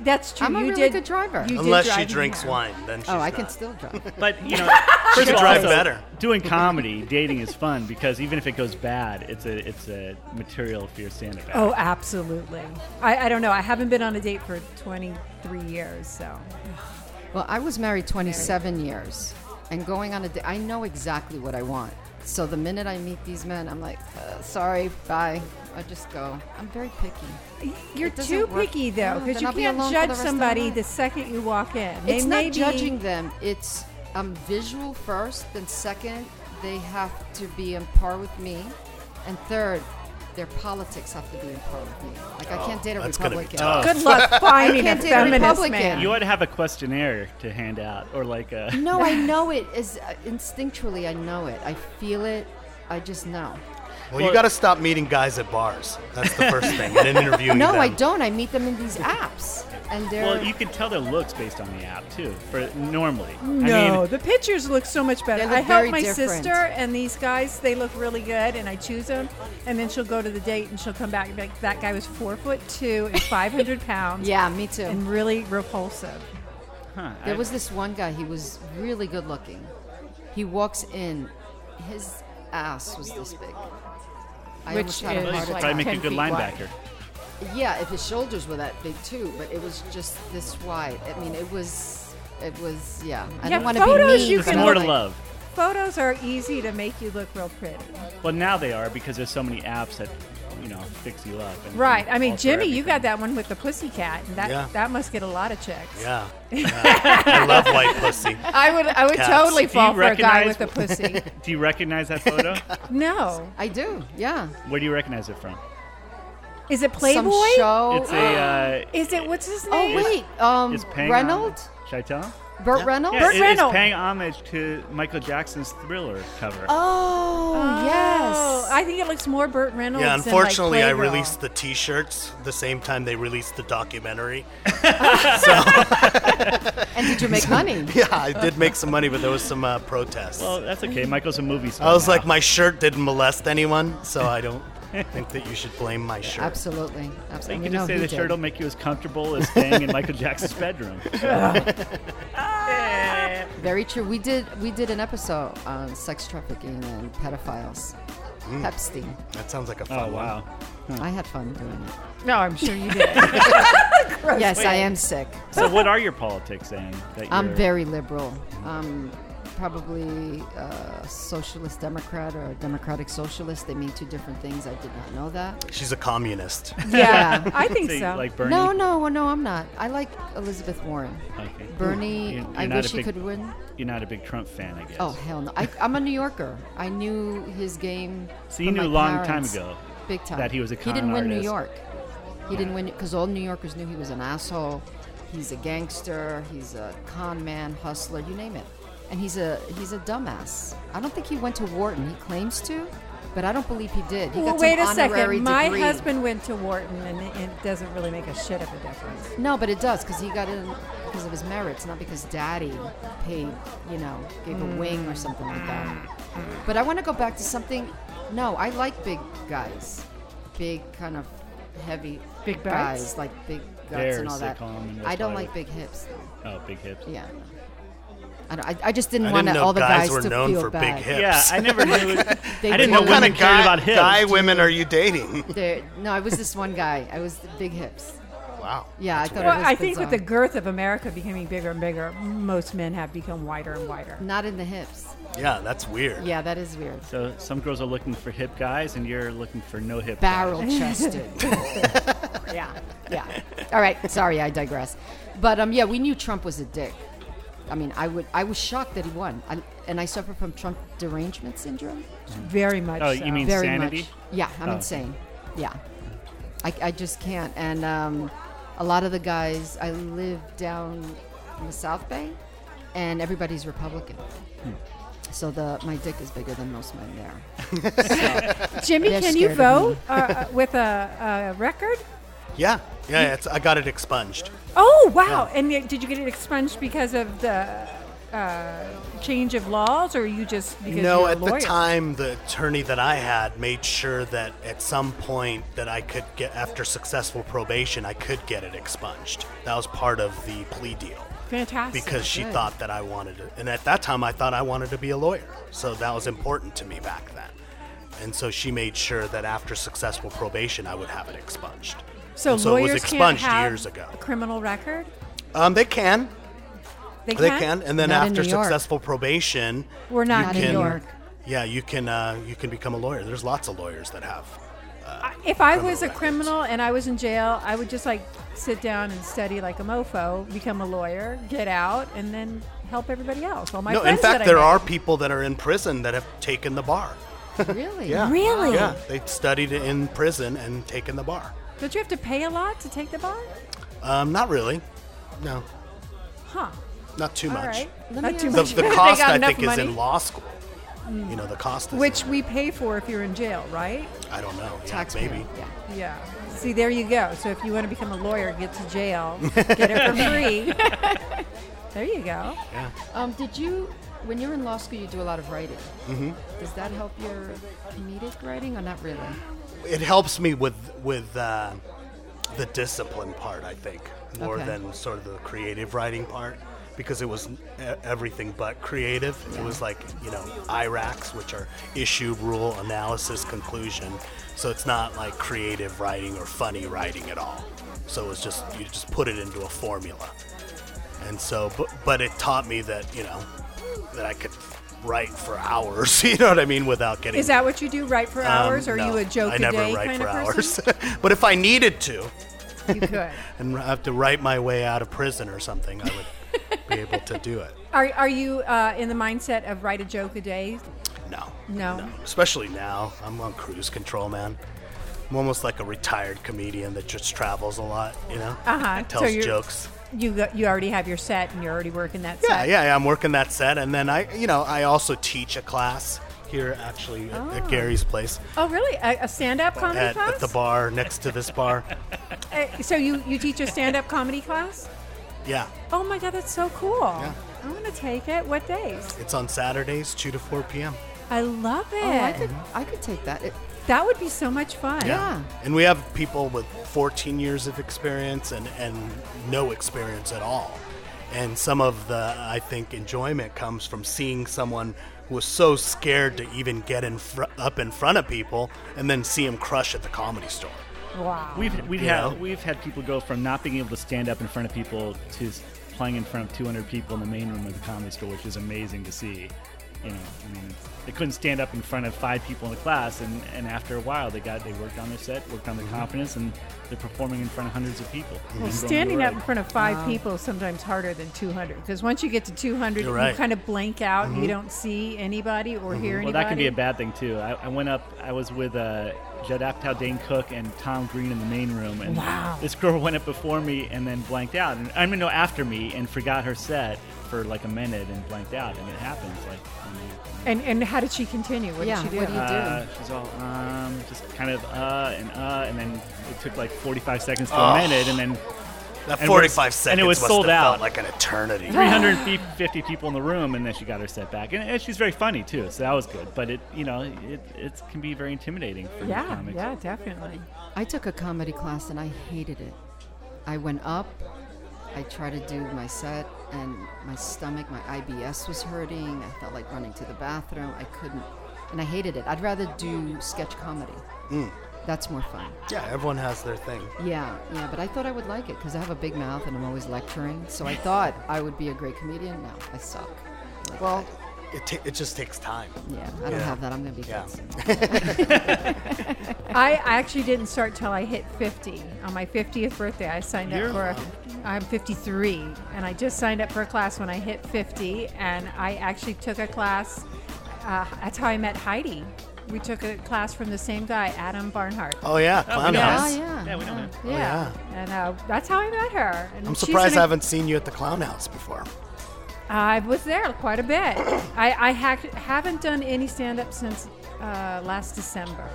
Speaker 1: that's true.
Speaker 2: I'm a
Speaker 1: you
Speaker 2: really
Speaker 1: did,
Speaker 2: good driver.
Speaker 1: You did
Speaker 4: Unless she
Speaker 1: drive me
Speaker 4: drinks
Speaker 1: there.
Speaker 4: wine, then she's
Speaker 2: Oh, I
Speaker 4: not.
Speaker 2: can still drive.
Speaker 3: But you know,
Speaker 4: She
Speaker 3: first
Speaker 4: could
Speaker 3: of all,
Speaker 4: drive
Speaker 3: also,
Speaker 4: better.
Speaker 3: doing comedy, dating is fun because even if it goes bad, it's a it's a material for your stand-up. act.
Speaker 1: Oh, absolutely. I, I don't know. I haven't been on a date for 23 years, so
Speaker 2: Well, I was married 27 years, and going on a date, I know exactly what I want. So the minute I meet these men, I'm like, uh, sorry, bye. I just go. I'm very picky.
Speaker 1: you're
Speaker 2: It doesn't
Speaker 1: too
Speaker 2: work.
Speaker 1: picky though,
Speaker 2: No,
Speaker 1: because
Speaker 2: then
Speaker 1: you
Speaker 2: I'll be
Speaker 1: can't
Speaker 2: alone for the
Speaker 1: judge
Speaker 2: rest of my
Speaker 1: somebody
Speaker 2: life.
Speaker 1: the second you walk in. They
Speaker 2: It's
Speaker 1: may
Speaker 2: not
Speaker 1: be-
Speaker 2: judging them. It's I'm visual first, then second, they have to be on par with me, and third, their politics have to be on par with me. Like I can't date a
Speaker 4: Oh, that's gonna be
Speaker 2: Republican.
Speaker 4: tough.
Speaker 1: Good luck finding a
Speaker 2: can't date a
Speaker 1: feminist
Speaker 2: Republican.
Speaker 1: man.
Speaker 3: You ought to have a questionnaire to hand out, or like a.
Speaker 2: No, I know it is uh, instinctually. I know it. I feel it. I just know.
Speaker 4: Well, you got to stop meeting guys at bars. That's the first thing. And interviewing
Speaker 2: No,
Speaker 4: them.
Speaker 2: I don't. I meet them in these apps, and they're
Speaker 3: Well, you can tell their looks based on the app too. For normally,
Speaker 1: No,
Speaker 3: I mean,
Speaker 1: the pictures look so much better.
Speaker 2: They look
Speaker 1: I help
Speaker 2: very
Speaker 1: my
Speaker 2: different.
Speaker 1: sister, and these guys, they look really good, and I choose them. And then she'll go to the date, and she'll come back and be like, that guy was four foot two and 500 pounds.
Speaker 2: yeah, me too.
Speaker 1: And really repulsive.
Speaker 3: huh, I-
Speaker 2: There was this one guy, he was really good looking. He walks in, his ass was this big. I
Speaker 1: Which
Speaker 2: almost had
Speaker 1: is
Speaker 2: a heart
Speaker 1: like
Speaker 2: attack.
Speaker 3: probably make a
Speaker 1: 10
Speaker 3: good
Speaker 1: feet wide.
Speaker 3: linebacker.
Speaker 2: Yeah, if his shoulders were that big too, but it was just this wide. I mean, it was, it was, yeah. I
Speaker 1: Yeah,
Speaker 2: don't want
Speaker 1: photos
Speaker 2: be mean.
Speaker 1: you
Speaker 2: but
Speaker 3: There's
Speaker 1: can
Speaker 2: I'm
Speaker 3: more to
Speaker 2: like-
Speaker 3: love.
Speaker 1: Photos are easy to make you look real pretty.
Speaker 3: Well, now they are because there's so many apps that you know fix you up. and-
Speaker 1: Right.
Speaker 3: and
Speaker 1: I mean,
Speaker 3: alter
Speaker 1: Jimmy, you
Speaker 3: everything.
Speaker 1: got that one with the pussycat, and that,
Speaker 4: Yeah.
Speaker 1: that must get a lot of chicks.
Speaker 4: Yeah. Yeah. I love white pussy.
Speaker 1: I would, I would
Speaker 4: Cats.
Speaker 1: totally
Speaker 4: Do
Speaker 1: fall for a guy
Speaker 3: recognize-
Speaker 1: with a pussy.
Speaker 3: Do you recognize that photo?
Speaker 1: no,
Speaker 2: I do, yeah.
Speaker 3: Where do you recognize it from?
Speaker 1: is it
Speaker 2: Some
Speaker 1: Playboy?
Speaker 2: show.
Speaker 3: It's a. Uh,
Speaker 1: Is it what's his
Speaker 2: oh
Speaker 1: name?
Speaker 2: wait, um,
Speaker 3: it's paying
Speaker 2: Reynolds,
Speaker 3: homage. Should I tell him?
Speaker 2: Burt Reynolds.
Speaker 3: Yeah, it-
Speaker 1: Reynolds.
Speaker 3: it's paying homage to Michael Jackson's Thriller cover.
Speaker 2: Oh,
Speaker 1: Oh,
Speaker 2: yes.
Speaker 1: I think it looks more Burt Reynolds.
Speaker 4: Yeah,
Speaker 1: than, like,
Speaker 4: unfortunately, I
Speaker 1: Playgirl.
Speaker 4: released the t shirts the same time they released the documentary.
Speaker 2: and did you make money?
Speaker 4: Yeah, I did make some money, but there was some uh, protests.
Speaker 3: Well, that's okay. Michael's a movie star.
Speaker 4: I was
Speaker 3: now.
Speaker 4: like, my shirt didn't molest anyone, so I don't think that you should blame my shirt.
Speaker 2: Absolutely,
Speaker 3: So you
Speaker 2: absolutely.
Speaker 3: can
Speaker 2: No,
Speaker 3: just say
Speaker 2: he
Speaker 3: the
Speaker 2: did.
Speaker 3: shirt will make you as comfortable as staying in Michael Jackson's bedroom.
Speaker 2: Oh, Very true. We did we did an episode on sex trafficking and pedophiles. Mm. Epstein.
Speaker 4: That sounds like a fun
Speaker 3: Oh
Speaker 4: one.
Speaker 3: wow!
Speaker 2: I had fun doing it.
Speaker 1: No, I'm sure you did.
Speaker 2: Yes, I am sick.
Speaker 3: So what are your politics then? That
Speaker 2: I'm
Speaker 3: you're-
Speaker 2: very liberal. Um, probably a socialist democrat or a democratic socialist. They mean two different things. I did not know that.
Speaker 4: She's a communist.
Speaker 1: yeah, I think
Speaker 3: so you
Speaker 1: so.
Speaker 3: like Bernie.
Speaker 2: No, no, well, no, I'm not. I like Elizabeth Warren.
Speaker 3: Okay.
Speaker 2: Bernie,
Speaker 3: You're- you're
Speaker 2: I
Speaker 3: not
Speaker 2: wish
Speaker 3: a
Speaker 2: he
Speaker 3: big-
Speaker 2: could win.
Speaker 3: You're not a big Trump fan, I guess.
Speaker 2: Oh hell no! I, I'm a New Yorker. I knew his game.
Speaker 3: So you
Speaker 2: from
Speaker 3: knew
Speaker 2: my
Speaker 3: a long time
Speaker 2: parents.
Speaker 3: ago
Speaker 2: big time.
Speaker 3: that he was a
Speaker 2: He
Speaker 3: con
Speaker 2: didn't win New
Speaker 3: artist.
Speaker 2: York. He didn't win because all New Yorkers knew he was an asshole. He's a gangster. He's a con man, hustler, you name it. And he's a he's a dumbass. I don't think he went to Wharton. He claims to, but I don't believe he did. He
Speaker 1: Well,
Speaker 2: got
Speaker 1: wait a
Speaker 2: some honorary
Speaker 1: second. My
Speaker 2: degree.
Speaker 1: husband went to Wharton, and it, it doesn't really make a shit of a difference.
Speaker 2: No, but it does because he got in because of his merits, not because daddy paid, you know, gave a wing or something like that. But I want to go back to something. No, I like big guys, big kind of heavy
Speaker 1: Big
Speaker 2: guys,
Speaker 1: bites?
Speaker 2: like big guts and
Speaker 3: Bears,
Speaker 2: all
Speaker 3: they
Speaker 2: that.
Speaker 3: call 'em, and that's
Speaker 2: I don't
Speaker 3: why-
Speaker 2: like big hips though.
Speaker 3: Oh, big hips.
Speaker 2: Yeah. I, don't, I, I just didn't
Speaker 4: I
Speaker 2: want
Speaker 4: didn't know
Speaker 2: all the
Speaker 4: guys
Speaker 2: guys,
Speaker 4: were
Speaker 2: to
Speaker 4: known
Speaker 2: feel
Speaker 4: for
Speaker 2: bad.
Speaker 4: big hips.
Speaker 3: Yeah, I never knew.
Speaker 2: They
Speaker 3: I didn't
Speaker 2: do.
Speaker 3: know
Speaker 2: What kind
Speaker 3: women
Speaker 4: of
Speaker 3: cared
Speaker 4: guy,
Speaker 3: about hips.
Speaker 4: guy women are you dating?
Speaker 2: There- no, I was this one guy. I was the big hips.
Speaker 4: Wow.
Speaker 2: Yeah, I thought it
Speaker 1: Well,
Speaker 2: was
Speaker 1: I think with
Speaker 2: bizarre.
Speaker 1: the girth of America becoming bigger and bigger, most men have become wider and wider.
Speaker 2: not in the hips.
Speaker 4: Yeah, that's weird.
Speaker 2: Yeah, that is weird.
Speaker 3: So some girls are looking for hip guys, and you're looking for no hip. guys.
Speaker 2: Barrel chested. yeah, yeah. All right. Sorry, I digress. But um, yeah, we knew Trump was a dick. I mean, I would. I was shocked that he won, I, and I suffer from Trump derangement syndrome.
Speaker 1: Very much.
Speaker 3: Oh,
Speaker 1: so.
Speaker 3: you mean
Speaker 2: Very
Speaker 3: Insanity?
Speaker 2: much. Yeah, I'm
Speaker 3: Oh.
Speaker 2: insane. Yeah, I, I just can't. And um, a lot of the guys I live down in the South Bay, and everybody's Republican.
Speaker 3: Hmm.
Speaker 2: So the my dick is bigger than most men there.
Speaker 1: Jimmy?
Speaker 2: They're
Speaker 1: Can you
Speaker 2: scared of
Speaker 1: vote uh, uh, with a, a record?
Speaker 4: Yeah. Yeah. It's, I got it expunged.
Speaker 1: Oh wow! And uh, did you get it expunged because of the uh, change of laws, or you just because
Speaker 4: no,
Speaker 1: you're a
Speaker 4: at the
Speaker 1: lawyer?
Speaker 4: time, the attorney that I had made sure that at some point that I could get, after successful probation, I could get it expunged. That was part of the plea deal
Speaker 1: Fantastic.
Speaker 4: because she
Speaker 2: Good.
Speaker 4: thought that I wanted to, and at that time I thought I wanted to be a lawyer, so that was important to me back then. And so she made sure that after successful probation, I would have it expunged.
Speaker 1: so,
Speaker 4: And so it
Speaker 1: lawyers
Speaker 4: was expunged
Speaker 1: can't have
Speaker 4: years ago.
Speaker 1: A criminal record.
Speaker 4: Um, they can,
Speaker 1: They can.
Speaker 4: they can, and then
Speaker 2: Not in
Speaker 4: after
Speaker 2: New York.
Speaker 4: successful probation,
Speaker 1: We're not
Speaker 2: Not
Speaker 1: in
Speaker 2: in
Speaker 1: New
Speaker 4: can-
Speaker 1: York.
Speaker 4: Yeah, you can uh, you can become a lawyer. There's lots of lawyers that have.
Speaker 1: I- If I was a
Speaker 4: records.
Speaker 1: criminal and I was in jail, I would just like sit down and study like a mofo, become a lawyer, get out, and then help everybody else. All my
Speaker 4: no,
Speaker 1: friends
Speaker 4: in fact,
Speaker 1: that
Speaker 4: there
Speaker 1: I met.
Speaker 4: are people that are in prison that have taken the bar.
Speaker 2: Really?
Speaker 4: Yeah.
Speaker 1: Really?
Speaker 4: Yeah, they studied it in prison and taken the bar.
Speaker 1: Don't you have to pay a lot to take the bar?
Speaker 4: Um, not really. No,
Speaker 1: Huh?
Speaker 4: not too
Speaker 1: All
Speaker 4: much.
Speaker 1: right.
Speaker 2: Let
Speaker 1: Not
Speaker 2: me
Speaker 1: too
Speaker 2: ask
Speaker 4: The,
Speaker 1: much.
Speaker 2: you-
Speaker 4: the
Speaker 1: They got
Speaker 4: cost, I
Speaker 1: enough
Speaker 4: think,
Speaker 1: money?
Speaker 4: is in law school. You know, the cost is.
Speaker 1: Which we pay for if you're in jail, right?
Speaker 4: I don't know. Yeah,
Speaker 2: Taxpayer.
Speaker 4: maybe.
Speaker 2: Yeah.
Speaker 1: Yeah. See, there you go. So if you want to become a lawyer, get to jail, get it for free. there you go.
Speaker 2: Um, did you, when you're in law school, you do a lot of writing. Mm-hmm. Does that help your comedic writing, or not really?
Speaker 4: It helps me with with uh, the discipline part, I think, more
Speaker 2: Okay.
Speaker 4: than sort of the creative writing part, because it was e- everything but creative. It was like you know IRACs, which are issue, rule, analysis, conclusion. So it's not like creative writing or funny writing at all. So it was just you just put it into a formula, and so but, but it taught me that you know that I could write for hours. You know what I mean? Without getting
Speaker 1: Is that what you do? Write for hours?
Speaker 4: um,
Speaker 1: or
Speaker 4: no,
Speaker 1: are you a joke
Speaker 4: I
Speaker 1: a
Speaker 4: never
Speaker 1: day
Speaker 4: write
Speaker 1: kind
Speaker 4: for
Speaker 1: of
Speaker 4: hours.
Speaker 1: person?
Speaker 4: but if I needed to,
Speaker 1: you could.
Speaker 4: and I have to write my way out of prison or something, I would be able to do it.
Speaker 1: Are, are you uh, in the mindset of write a joke a day?
Speaker 4: No.
Speaker 1: No.
Speaker 4: Especially now, I'm on cruise control, man. I'm almost like a retired comedian that just travels a lot, you know.
Speaker 1: Uh-huh. So
Speaker 4: Tells
Speaker 1: you're-
Speaker 4: jokes.
Speaker 1: You go, you already have your set and you're already working that
Speaker 4: Yeah,
Speaker 1: set.
Speaker 4: yeah, yeah. I'm working that set, and then I, you know, I also teach a class here actually at, at Gary's place
Speaker 1: Oh, really? A, a stand-up comedy
Speaker 4: at,
Speaker 1: class?
Speaker 4: at the bar next to this bar.
Speaker 1: Uh, so you, you teach a stand-up comedy class?
Speaker 4: Yeah,
Speaker 1: Oh my God, that's so cool! I want to take it. What days?
Speaker 4: it's on Saturdays, two to four p.m.
Speaker 1: I love it.
Speaker 2: Oh, I could, I could take that. It,
Speaker 1: that would be so much fun.
Speaker 2: Yeah.
Speaker 4: And we have people with 14 years of experience and, and no experience at all. And some of the, I think, enjoyment comes from seeing someone who was so scared to even get in fr- up in front of people and then see him crush at the comedy store.
Speaker 1: Wow.
Speaker 3: We've we've
Speaker 4: Yeah.
Speaker 3: had we've had people go from not being able to stand up in front of people to s- playing in front of 200 people in the main room of the comedy store, which is amazing to see. You know, I mean, they couldn't stand up in front of five people in the class, and, and after a while, they got they worked on their set, worked on their confidence, and they're performing in front of hundreds of people. and going
Speaker 1: Standing
Speaker 3: to
Speaker 1: up
Speaker 3: work.
Speaker 1: in front of five people is sometimes harder than 200 because once you get to 200,
Speaker 4: You're
Speaker 1: you
Speaker 4: right.
Speaker 1: kind of blank out. You don't see anybody or hear anybody.
Speaker 3: Well, that can be a bad thing too. I, I went up. I was with uh, Judd Apatow, Dane Cook, and Tom Green in the main room, and
Speaker 1: Wow.
Speaker 3: this girl went up before me and then blanked out. And I mean, no, after me, and forgot her set for like a minute and blanked out. And it happens. Like, I mean,
Speaker 1: And and how did she continue? What
Speaker 2: Yeah,
Speaker 1: did she do?
Speaker 2: what do you-
Speaker 3: uh, she's all um, just kind of uh and uh, and then it took like 45 seconds to
Speaker 4: Oh.
Speaker 3: a minute, and then
Speaker 4: That
Speaker 3: And
Speaker 4: 45
Speaker 3: was-
Speaker 4: seconds
Speaker 3: and it was
Speaker 4: must
Speaker 3: sold
Speaker 4: have
Speaker 3: out.
Speaker 4: felt like an eternity.
Speaker 3: 350 people in the room, and then she got her set back. And, and she's very funny too, so that was good. But it, you know, it it can be very intimidating for new
Speaker 1: yeah,
Speaker 3: comics.
Speaker 1: yeah, definitely.
Speaker 2: I took a comedy class and I hated it. I went up. I tried to do my set, and my stomach, my IBS was hurting. I felt like running to the bathroom. I couldn't, and I hated it. I'd rather do sketch comedy. That's more fun.
Speaker 4: Yeah, everyone has their thing.
Speaker 2: Yeah, yeah, but I thought I would like it because I have a big mouth and I'm always lecturing. So I thought I would be a great comedian. No, I suck. Like
Speaker 4: Well, it, ta it just takes time.
Speaker 2: that. yeah, I don't
Speaker 4: yeah.
Speaker 2: have that. I'm gonna be
Speaker 4: Yeah.
Speaker 2: good. soon.
Speaker 1: I actually didn't start till I hit 50. On my 50th birthday, I signed
Speaker 3: You're
Speaker 1: up for. A, I'm 53, and I just signed up for a class when I hit 50, and I actually took a class. Uh, that's how I met Heidi. We took a class from the same guy, Adam Barnhart.
Speaker 4: Oh yeah, clown
Speaker 3: know.
Speaker 4: house.
Speaker 2: Oh yeah.
Speaker 3: Yeah, we don't know.
Speaker 1: yeah. and uh, that's how I met her. And
Speaker 4: I'm
Speaker 1: she's
Speaker 4: surprised
Speaker 1: an-
Speaker 4: I haven't seen you at the clown house before.
Speaker 1: I was there quite a bit. I, I hac- haven't done any stand up since uh, last December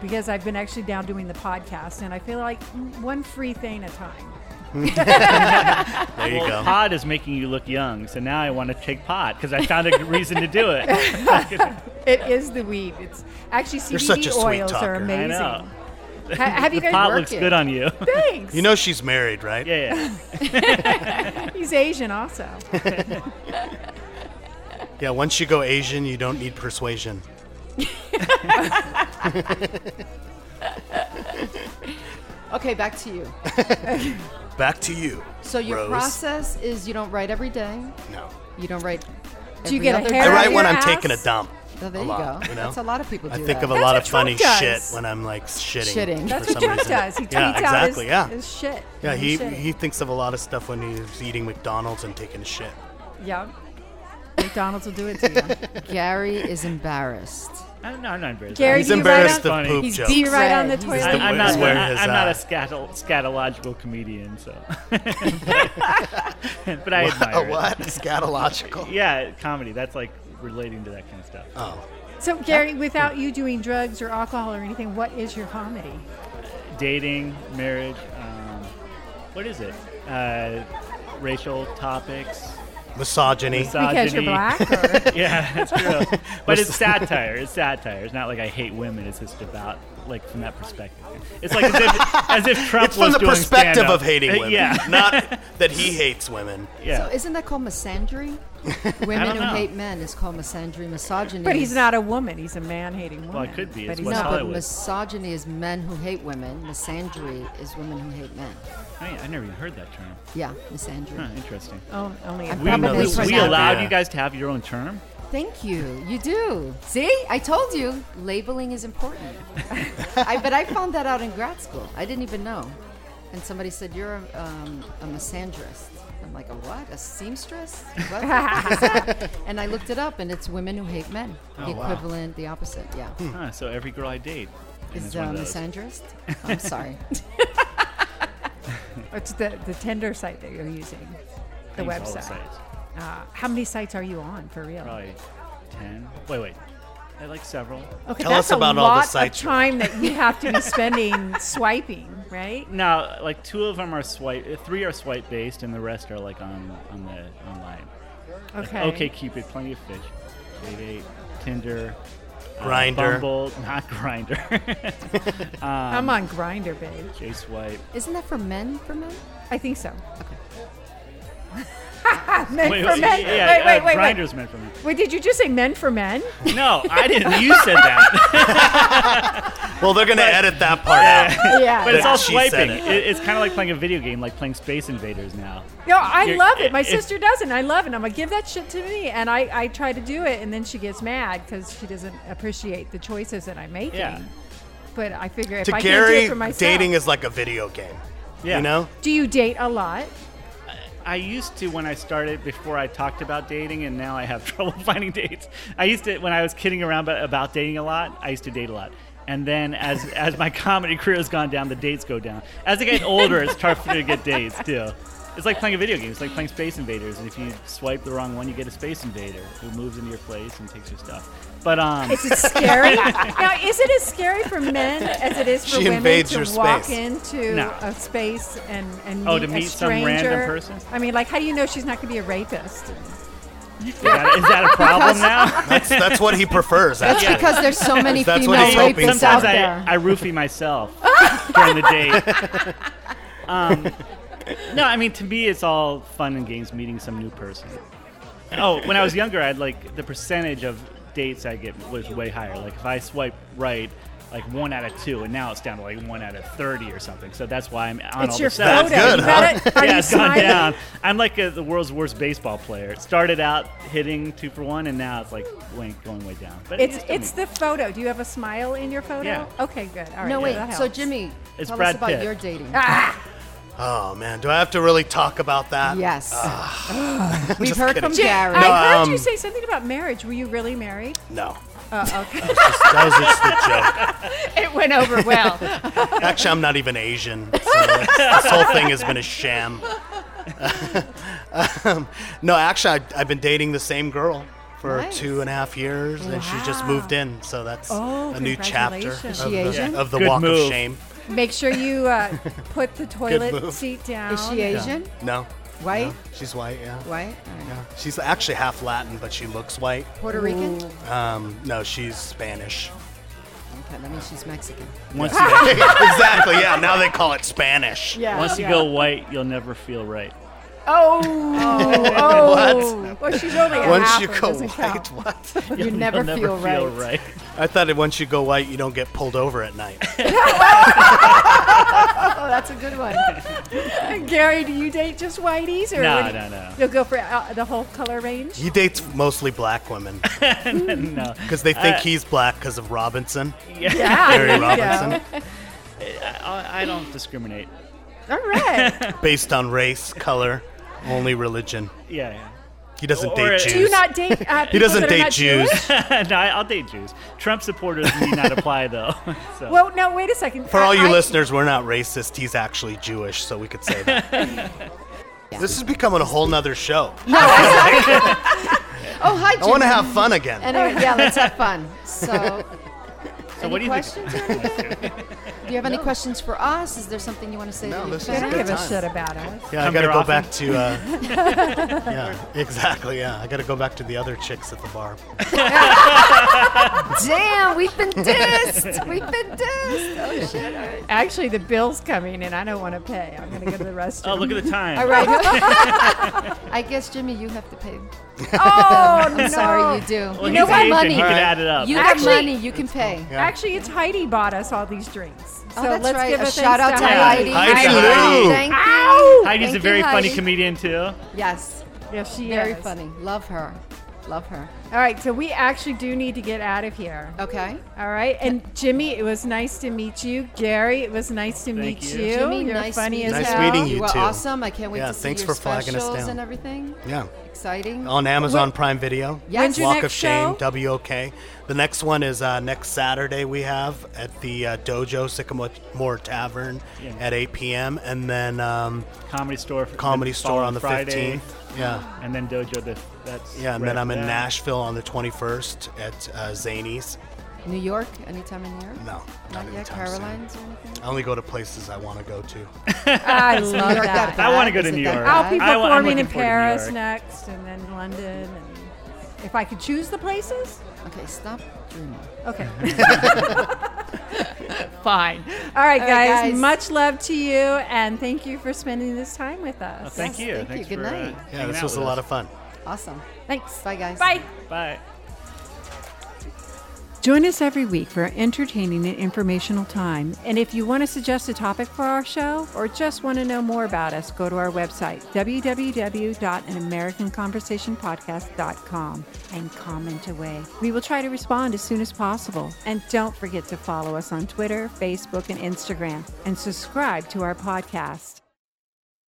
Speaker 1: because I've been actually now doing the podcast and I feel like mm, one free thing at a time.
Speaker 4: There you
Speaker 3: Well,
Speaker 4: go.
Speaker 3: pod is making you look young, so now I want to take pot because I found a reason to do it.
Speaker 1: It is the weed. It's actually CBD
Speaker 4: You're such a sweet
Speaker 1: oils
Speaker 4: talker.
Speaker 1: are
Speaker 4: I
Speaker 1: amazing.
Speaker 3: know.
Speaker 1: Ha- have you guys
Speaker 3: pot
Speaker 1: worked?
Speaker 3: looks good on you.
Speaker 1: Thanks.
Speaker 4: You know she's married, right?
Speaker 3: yeah, yeah.
Speaker 1: He's Asian also.
Speaker 4: Yeah, once you go Asian, you don't need persuasion.
Speaker 2: Okay, back to you.
Speaker 4: Back to you.
Speaker 2: So your
Speaker 4: Rose.
Speaker 2: process is you don't write every day.
Speaker 4: No.
Speaker 2: You don't write.
Speaker 1: Do you
Speaker 2: every
Speaker 1: get a
Speaker 2: other
Speaker 1: hair
Speaker 4: I
Speaker 1: Hair out
Speaker 2: day.
Speaker 4: write
Speaker 1: of
Speaker 4: when
Speaker 1: your
Speaker 4: I'm taking a
Speaker 1: ass?
Speaker 4: dump.
Speaker 2: Oh, there
Speaker 4: a
Speaker 2: you
Speaker 4: lot,
Speaker 2: go.
Speaker 4: you know?
Speaker 2: That's a lot of people do
Speaker 4: I think
Speaker 2: that.
Speaker 4: of a lot
Speaker 1: what
Speaker 4: of funny
Speaker 1: Trump does.
Speaker 4: shit when I'm like shitting.
Speaker 2: Shitting.
Speaker 4: for
Speaker 1: That's
Speaker 4: some
Speaker 1: what Trump
Speaker 4: reason.
Speaker 1: does. He tweets
Speaker 4: yeah,
Speaker 1: out
Speaker 4: exactly. yeah.
Speaker 1: his, his shit.
Speaker 4: yeah,
Speaker 1: His
Speaker 4: he
Speaker 1: shit.
Speaker 4: he thinks of a lot of stuff when he's eating McDonald's and taking a shit.
Speaker 1: Yeah. McDonald's will do it to you.
Speaker 2: Gary is embarrassed.
Speaker 3: I don't know, I'm not embarrassed.
Speaker 1: Gary,
Speaker 4: He's
Speaker 1: do you write
Speaker 4: embarrassed
Speaker 1: on-
Speaker 3: on-
Speaker 4: of poop
Speaker 2: He's
Speaker 4: jokes.
Speaker 1: Do you write on the
Speaker 2: He's the
Speaker 1: toilet?
Speaker 3: I, I'm not,
Speaker 4: Where
Speaker 3: I,
Speaker 4: his uh,
Speaker 3: am not a
Speaker 4: eye.
Speaker 3: scatal, scatological comedian, so. but I
Speaker 4: a
Speaker 3: admire
Speaker 4: what?
Speaker 3: it.
Speaker 4: Scatological.
Speaker 3: Yeah, comedy. That's like relating to that kind of stuff.
Speaker 4: Oh.
Speaker 1: So, Gary, without you doing drugs or alcohol or anything, what is your comedy?
Speaker 3: Dating, marriage. Um, what is it? Uh, racial topics.
Speaker 4: Misogyny.
Speaker 3: Misogyny.
Speaker 1: Because you're black? Or?
Speaker 3: yeah, that's true. but it's satire. It's satire. It's not like I hate women. It's just about like from that perspective. It's like as if, as if Trump
Speaker 4: it's
Speaker 3: was
Speaker 4: from the
Speaker 3: doing
Speaker 4: perspective
Speaker 3: stand-up.
Speaker 4: of hating
Speaker 3: Uh,
Speaker 4: women.
Speaker 3: Yeah,
Speaker 4: Not that he hates women.
Speaker 3: yeah.
Speaker 2: So isn't that called misandry?
Speaker 3: I
Speaker 2: Women
Speaker 3: don't
Speaker 2: who
Speaker 3: know.
Speaker 2: hate men is called misandry. Misogyny.
Speaker 1: But
Speaker 2: is-
Speaker 1: he's not a woman. He's a man-hating woman.
Speaker 3: Well, it could be.
Speaker 1: But
Speaker 3: It's
Speaker 1: he's
Speaker 3: West
Speaker 2: No,
Speaker 1: not.
Speaker 2: but
Speaker 3: Hollywood.
Speaker 2: misogyny is men who hate women. Misandry is women who hate men.
Speaker 3: I, I never even heard that term.
Speaker 2: Yeah, misandry.
Speaker 3: Huh, interesting.
Speaker 1: Oh, only
Speaker 2: I'm
Speaker 3: We,
Speaker 2: Probably
Speaker 3: we,
Speaker 2: from
Speaker 3: we
Speaker 2: that.
Speaker 3: allowed
Speaker 4: Yeah.
Speaker 3: you guys to have your own term.
Speaker 2: Thank you. You do. See, I told you, labeling is important. I, but I found that out in grad school. I didn't even know. And somebody said, You're a, um, a misandrist. I'm like, A what? A seamstress? What the heck is that?" and I looked it up, and it's women who hate men.
Speaker 4: Oh,
Speaker 2: the
Speaker 3: wow.
Speaker 2: equivalent, the opposite, yeah.
Speaker 4: Hmm.
Speaker 3: Huh, so every girl I date is
Speaker 2: Is
Speaker 3: one
Speaker 2: uh,
Speaker 3: of those.
Speaker 2: misandrist? I'm sorry.
Speaker 1: It's the the Tinder site that you're using, the
Speaker 3: Things all
Speaker 1: website.
Speaker 3: sites. Uh,
Speaker 1: Uh, how many sites are you on for real?
Speaker 3: Probably ten. Wait, wait. I like several.
Speaker 1: Okay,
Speaker 4: Tell
Speaker 1: that's
Speaker 4: us about
Speaker 1: a
Speaker 4: all the
Speaker 1: lot
Speaker 4: sites
Speaker 1: of
Speaker 4: you're-
Speaker 1: time that you have to be spending swiping, right?
Speaker 3: Now, like two of them are swipe, uh, three are swipe based, and the rest are like on on the online.
Speaker 1: Okay.
Speaker 3: Okay, Cupid, plenty of fish, Date Eight, Tinder, uh,
Speaker 4: Grindr.
Speaker 3: Bumble, not Grinder, um,
Speaker 1: I'm on Grinder, babe.
Speaker 3: J Swipe.
Speaker 2: Isn't that for men? For men?
Speaker 1: I think so. men
Speaker 3: Wait,
Speaker 1: for
Speaker 3: wait,
Speaker 1: men.
Speaker 3: yeah,
Speaker 1: wait, wait,
Speaker 3: uh,
Speaker 1: wait,
Speaker 3: Grinder's meant for me.
Speaker 1: wait. Wait, did you just say men for men?
Speaker 3: No, I didn't. You said that,
Speaker 4: Well, they're going to edit that part out.
Speaker 1: yeah.
Speaker 3: but it's all
Speaker 4: She said
Speaker 3: swiping.
Speaker 4: it.
Speaker 3: It- it's kind of like playing a video game, like playing Space Invaders now.
Speaker 1: No, I
Speaker 3: You're-
Speaker 1: love it. My
Speaker 3: if-
Speaker 1: sister doesn't. I love it. I'm like, give that shit to me. And I, I try to do it, and then she gets mad because she doesn't appreciate the choices that I'm making.
Speaker 3: Yeah,
Speaker 1: But I figure if
Speaker 4: To
Speaker 1: I can't do it
Speaker 4: Gary,
Speaker 1: for myself,
Speaker 4: dating is like a video game.
Speaker 3: yeah.
Speaker 4: You know?
Speaker 1: Do you date a lot?
Speaker 3: I used to when I started before I talked about dating, and now I have trouble finding dates. I used to when I was kidding around about, about dating a lot. I used to date a lot, and then as as my comedy career has gone down, the dates go down. As I get older, it's tougher to get dates too. It's like playing a video game. It's like playing Space Invaders, and if you swipe the wrong one, you get a Space Invader who moves into your place and takes your stuff. But um,
Speaker 1: Is it scary? now, is it as scary for men as it is for
Speaker 4: She
Speaker 1: women
Speaker 4: invades
Speaker 1: to
Speaker 4: your
Speaker 1: walk
Speaker 4: space.
Speaker 1: into
Speaker 3: No.
Speaker 1: a space and and meet
Speaker 3: Oh, to
Speaker 1: a
Speaker 3: meet some
Speaker 1: stranger?
Speaker 3: random person?
Speaker 1: I mean, like, how do you know she's not going to be a rapist?
Speaker 3: is that, is that a problem now?
Speaker 4: That's, that's what he prefers,
Speaker 2: That's
Speaker 4: actually.
Speaker 2: because there's so many
Speaker 4: That's
Speaker 2: female
Speaker 4: what he's hoping
Speaker 2: rapists
Speaker 4: for.
Speaker 2: out
Speaker 3: Sometimes
Speaker 2: there.
Speaker 3: I, I roofie myself during the date. Um, No, I mean to me, it's all fun and games meeting some new person. Oh, when I was younger, I'd like the percentage of dates I get was way higher. Like if I swipe right, like one out of two, and now it's down to like one out of thirty or something. So that's why I'm on all
Speaker 1: it's your
Speaker 3: the stats.
Speaker 1: photo.
Speaker 4: That's good,
Speaker 1: you got it? Are
Speaker 3: yeah,
Speaker 1: you
Speaker 3: it's gone
Speaker 1: smiling?
Speaker 3: down. I'm like uh the world's worst baseball player. It started out hitting two for one, and now it's like way- going way down. But
Speaker 1: It's
Speaker 3: it used to
Speaker 1: it's
Speaker 3: be-
Speaker 1: the photo. Do you have a smile in your photo?
Speaker 3: Yeah.
Speaker 1: Okay, good. All right.
Speaker 2: No,
Speaker 1: yeah,
Speaker 2: wait.
Speaker 1: that
Speaker 2: So,
Speaker 1: helps.
Speaker 2: Jimmy,
Speaker 3: It's
Speaker 2: tell us
Speaker 3: Brad
Speaker 2: about
Speaker 3: Pitt.
Speaker 2: your dating.
Speaker 4: Oh man, do I have to really talk about that?
Speaker 2: Yes. We've
Speaker 4: Just
Speaker 2: heard
Speaker 4: kidding.
Speaker 2: from
Speaker 1: Jim,
Speaker 2: Gary.
Speaker 4: No,
Speaker 1: I heard
Speaker 4: um,
Speaker 1: you say something about marriage. Were you really married?
Speaker 4: No,
Speaker 1: Uh, okay.
Speaker 4: that was just the joke.
Speaker 2: it went over well.
Speaker 4: Actually, I'm not even Asian. So this whole thing has been a sham. Um, no, actually, I, I've been dating the same girl for
Speaker 2: Nice.
Speaker 4: two and a half years, and she just
Speaker 1: Wow.
Speaker 4: moved in. So that's
Speaker 1: Oh,
Speaker 4: a new chapter of
Speaker 1: congratulations.
Speaker 2: Is she
Speaker 4: the,
Speaker 2: Asian?
Speaker 4: of the
Speaker 3: Good
Speaker 4: walk of
Speaker 3: move.
Speaker 4: shame.
Speaker 1: Make sure you uh, put the toilet
Speaker 4: move.
Speaker 1: seat down.
Speaker 2: Is she Asian?
Speaker 4: No,
Speaker 2: White?
Speaker 4: she's white. Yeah.
Speaker 2: White? All right.
Speaker 4: Yeah. She's actually half Latin, but she looks white.
Speaker 2: Puerto Rican?
Speaker 4: Um, no, she's Spanish.
Speaker 2: Okay, that means she's Mexican.
Speaker 3: once you,
Speaker 4: exactly. Yeah. Now they call it Spanish.
Speaker 2: Yeah.
Speaker 3: once you go white, you'll never feel right.
Speaker 1: Oh, well, she's only a
Speaker 4: Once
Speaker 1: half,
Speaker 4: you
Speaker 1: it
Speaker 4: go
Speaker 1: doesn't
Speaker 4: white,
Speaker 1: count.
Speaker 4: what?
Speaker 2: you
Speaker 3: You'll
Speaker 2: never, feel, right.
Speaker 4: I thought that once you go white, you don't get pulled over at night.
Speaker 2: Oh, that's a good one.
Speaker 1: Gary, do you date just whiteys or
Speaker 3: No,
Speaker 1: what do you-
Speaker 3: no, no.
Speaker 1: You'll go for uh, the whole color range.
Speaker 4: He dates mostly black women
Speaker 3: No.
Speaker 4: because they think
Speaker 3: Uh,
Speaker 4: he's black because of Robinson,
Speaker 1: Yeah,
Speaker 4: Gary
Speaker 1: there you go.
Speaker 4: Robinson,
Speaker 3: I, I don't discriminate.
Speaker 1: All right.
Speaker 4: based on race, color, only religion.
Speaker 3: Yeah, yeah.
Speaker 4: He doesn't
Speaker 3: Or-
Speaker 4: date
Speaker 3: Do
Speaker 4: Jews.
Speaker 1: Do you not date? Uh,
Speaker 4: he
Speaker 1: people
Speaker 4: doesn't
Speaker 1: that are
Speaker 4: date
Speaker 1: not
Speaker 4: Jews.
Speaker 1: Jewish?
Speaker 3: no, I, I'll date Jews. Trump supporters need not apply though. So.
Speaker 1: Well, no. Wait a second.
Speaker 4: For
Speaker 1: I-
Speaker 4: all you
Speaker 1: I-
Speaker 4: listeners, we're not racist. He's actually Jewish, so we could say that. This is becoming a whole nother show.
Speaker 2: Oh, hi, Jimmy.
Speaker 4: I want to have fun again.
Speaker 2: Anyway, yeah, let's have fun. So,
Speaker 3: so what do you
Speaker 2: questions?
Speaker 3: think?
Speaker 2: do you have any questions for us? Is there something you want to say?
Speaker 4: No,
Speaker 2: that you
Speaker 4: this
Speaker 1: They
Speaker 2: found?
Speaker 1: don't
Speaker 4: Good
Speaker 1: give a
Speaker 4: times.
Speaker 1: shit about us.
Speaker 4: Yeah, I
Speaker 3: Come
Speaker 4: gotta
Speaker 3: here
Speaker 4: go
Speaker 3: often?
Speaker 4: back to. Uh, yeah, exactly. Yeah, I gotta go back to the other chicks at the bar.
Speaker 2: Damn, we've been dissed. We've been dissed. Oh shit. All right.
Speaker 1: Actually, the bill's coming and I don't want to pay. I'm going to go to the restroom.
Speaker 3: Oh, look at the time.
Speaker 2: All right. I guess Jimmy, you have to pay.
Speaker 1: Oh,
Speaker 2: I'm sorry, you do.
Speaker 3: Well,
Speaker 2: you
Speaker 3: he's
Speaker 2: know what?
Speaker 3: Asian,
Speaker 2: Money.
Speaker 3: He can add it up.
Speaker 2: You have
Speaker 1: Actually-
Speaker 2: money. You can pay.
Speaker 4: Yeah.
Speaker 1: Actually, it's Heidi bought us all these drinks. So
Speaker 2: Oh, that's
Speaker 1: let's
Speaker 2: right.
Speaker 1: give
Speaker 2: a
Speaker 1: a
Speaker 2: shout out
Speaker 1: thanks to
Speaker 2: to Heidi.
Speaker 4: Heidi. Hello.
Speaker 2: Thank you.
Speaker 1: Ow!
Speaker 3: Heidi's
Speaker 2: Thank
Speaker 3: a very
Speaker 2: you,
Speaker 3: funny
Speaker 2: Heidi.
Speaker 3: comedian too.
Speaker 2: Yes.
Speaker 1: Yes, she
Speaker 2: Very
Speaker 1: is.
Speaker 2: funny. Love her. Love her.
Speaker 1: All right, so we actually do need to get out of here.
Speaker 2: Okay.
Speaker 1: All right, and Jimmy, it was nice to meet you. Gary, it was nice to meet you.
Speaker 3: you.
Speaker 2: Jimmy,
Speaker 1: You're
Speaker 2: nice
Speaker 1: funny as
Speaker 2: meeting
Speaker 4: Nice
Speaker 1: hell.
Speaker 4: meeting you
Speaker 2: You are
Speaker 4: too.
Speaker 2: awesome. I can't wait
Speaker 4: Yeah,
Speaker 2: to see
Speaker 4: thanks
Speaker 2: your
Speaker 4: for flagging us
Speaker 2: specials
Speaker 4: down.
Speaker 2: and everything.
Speaker 4: Yeah,
Speaker 2: Exciting.
Speaker 4: on Amazon Prime Video.
Speaker 2: Yes. When's your
Speaker 4: Walk
Speaker 1: next
Speaker 4: of Shame.
Speaker 1: show?
Speaker 4: WOK. The next one is uh, next Saturday. We have at the uh, Dojo Sycamore Moore Tavern
Speaker 3: Yeah.
Speaker 4: at 8 p.m. and then um,
Speaker 3: Comedy store. f-
Speaker 4: Comedy
Speaker 3: the
Speaker 4: Store
Speaker 3: following
Speaker 4: on the
Speaker 3: Friday,
Speaker 4: 15th. Yeah.
Speaker 3: And then dojo. The, that's
Speaker 4: Yeah, and
Speaker 3: right
Speaker 4: then I'm in
Speaker 3: after that.
Speaker 4: Nashville on the 21st at uh, Zany's.
Speaker 2: New York. Anytime in New York.
Speaker 4: No, not
Speaker 2: Not yet.
Speaker 4: anytime soon.
Speaker 2: Caroline's or anything.
Speaker 4: I only go to places I want to go to.
Speaker 1: I love
Speaker 2: York
Speaker 1: that.
Speaker 2: that-
Speaker 3: I want to go
Speaker 2: Is
Speaker 3: to
Speaker 2: it
Speaker 3: New
Speaker 2: that
Speaker 3: York.
Speaker 2: bad?
Speaker 1: I'll be
Speaker 3: I, wa- I'm
Speaker 1: performing in
Speaker 3: looking forward to New
Speaker 1: Paris
Speaker 3: York.
Speaker 1: next, and then London. And if I could choose the places,
Speaker 2: Okay, stop dreaming.
Speaker 1: okay. Fine. All right,
Speaker 2: All right,
Speaker 1: guys,
Speaker 2: guys.
Speaker 1: Much love to you, and thank you for spending this time with us.
Speaker 3: Well, Oh, thank
Speaker 2: Yes,
Speaker 3: you.
Speaker 2: thank you.
Speaker 3: Thanks
Speaker 2: Good
Speaker 3: for, uh,
Speaker 2: night.
Speaker 4: Yeah,
Speaker 3: hanging
Speaker 4: this
Speaker 3: out
Speaker 4: was a
Speaker 3: with
Speaker 4: lot
Speaker 3: us.
Speaker 4: of fun.
Speaker 2: Awesome.
Speaker 1: Thanks.
Speaker 2: Bye, guys.
Speaker 1: Bye.
Speaker 3: Bye.
Speaker 5: Join us every week for entertaining and informational time.
Speaker 1: And if you want to suggest a topic for our show or just want to know more about us, go to our website, www.anamericanconversationpodcast.com, and comment away. We will try to respond as soon as possible. And don't forget to follow us on Twitter, Facebook, and Instagram, and subscribe to our podcast.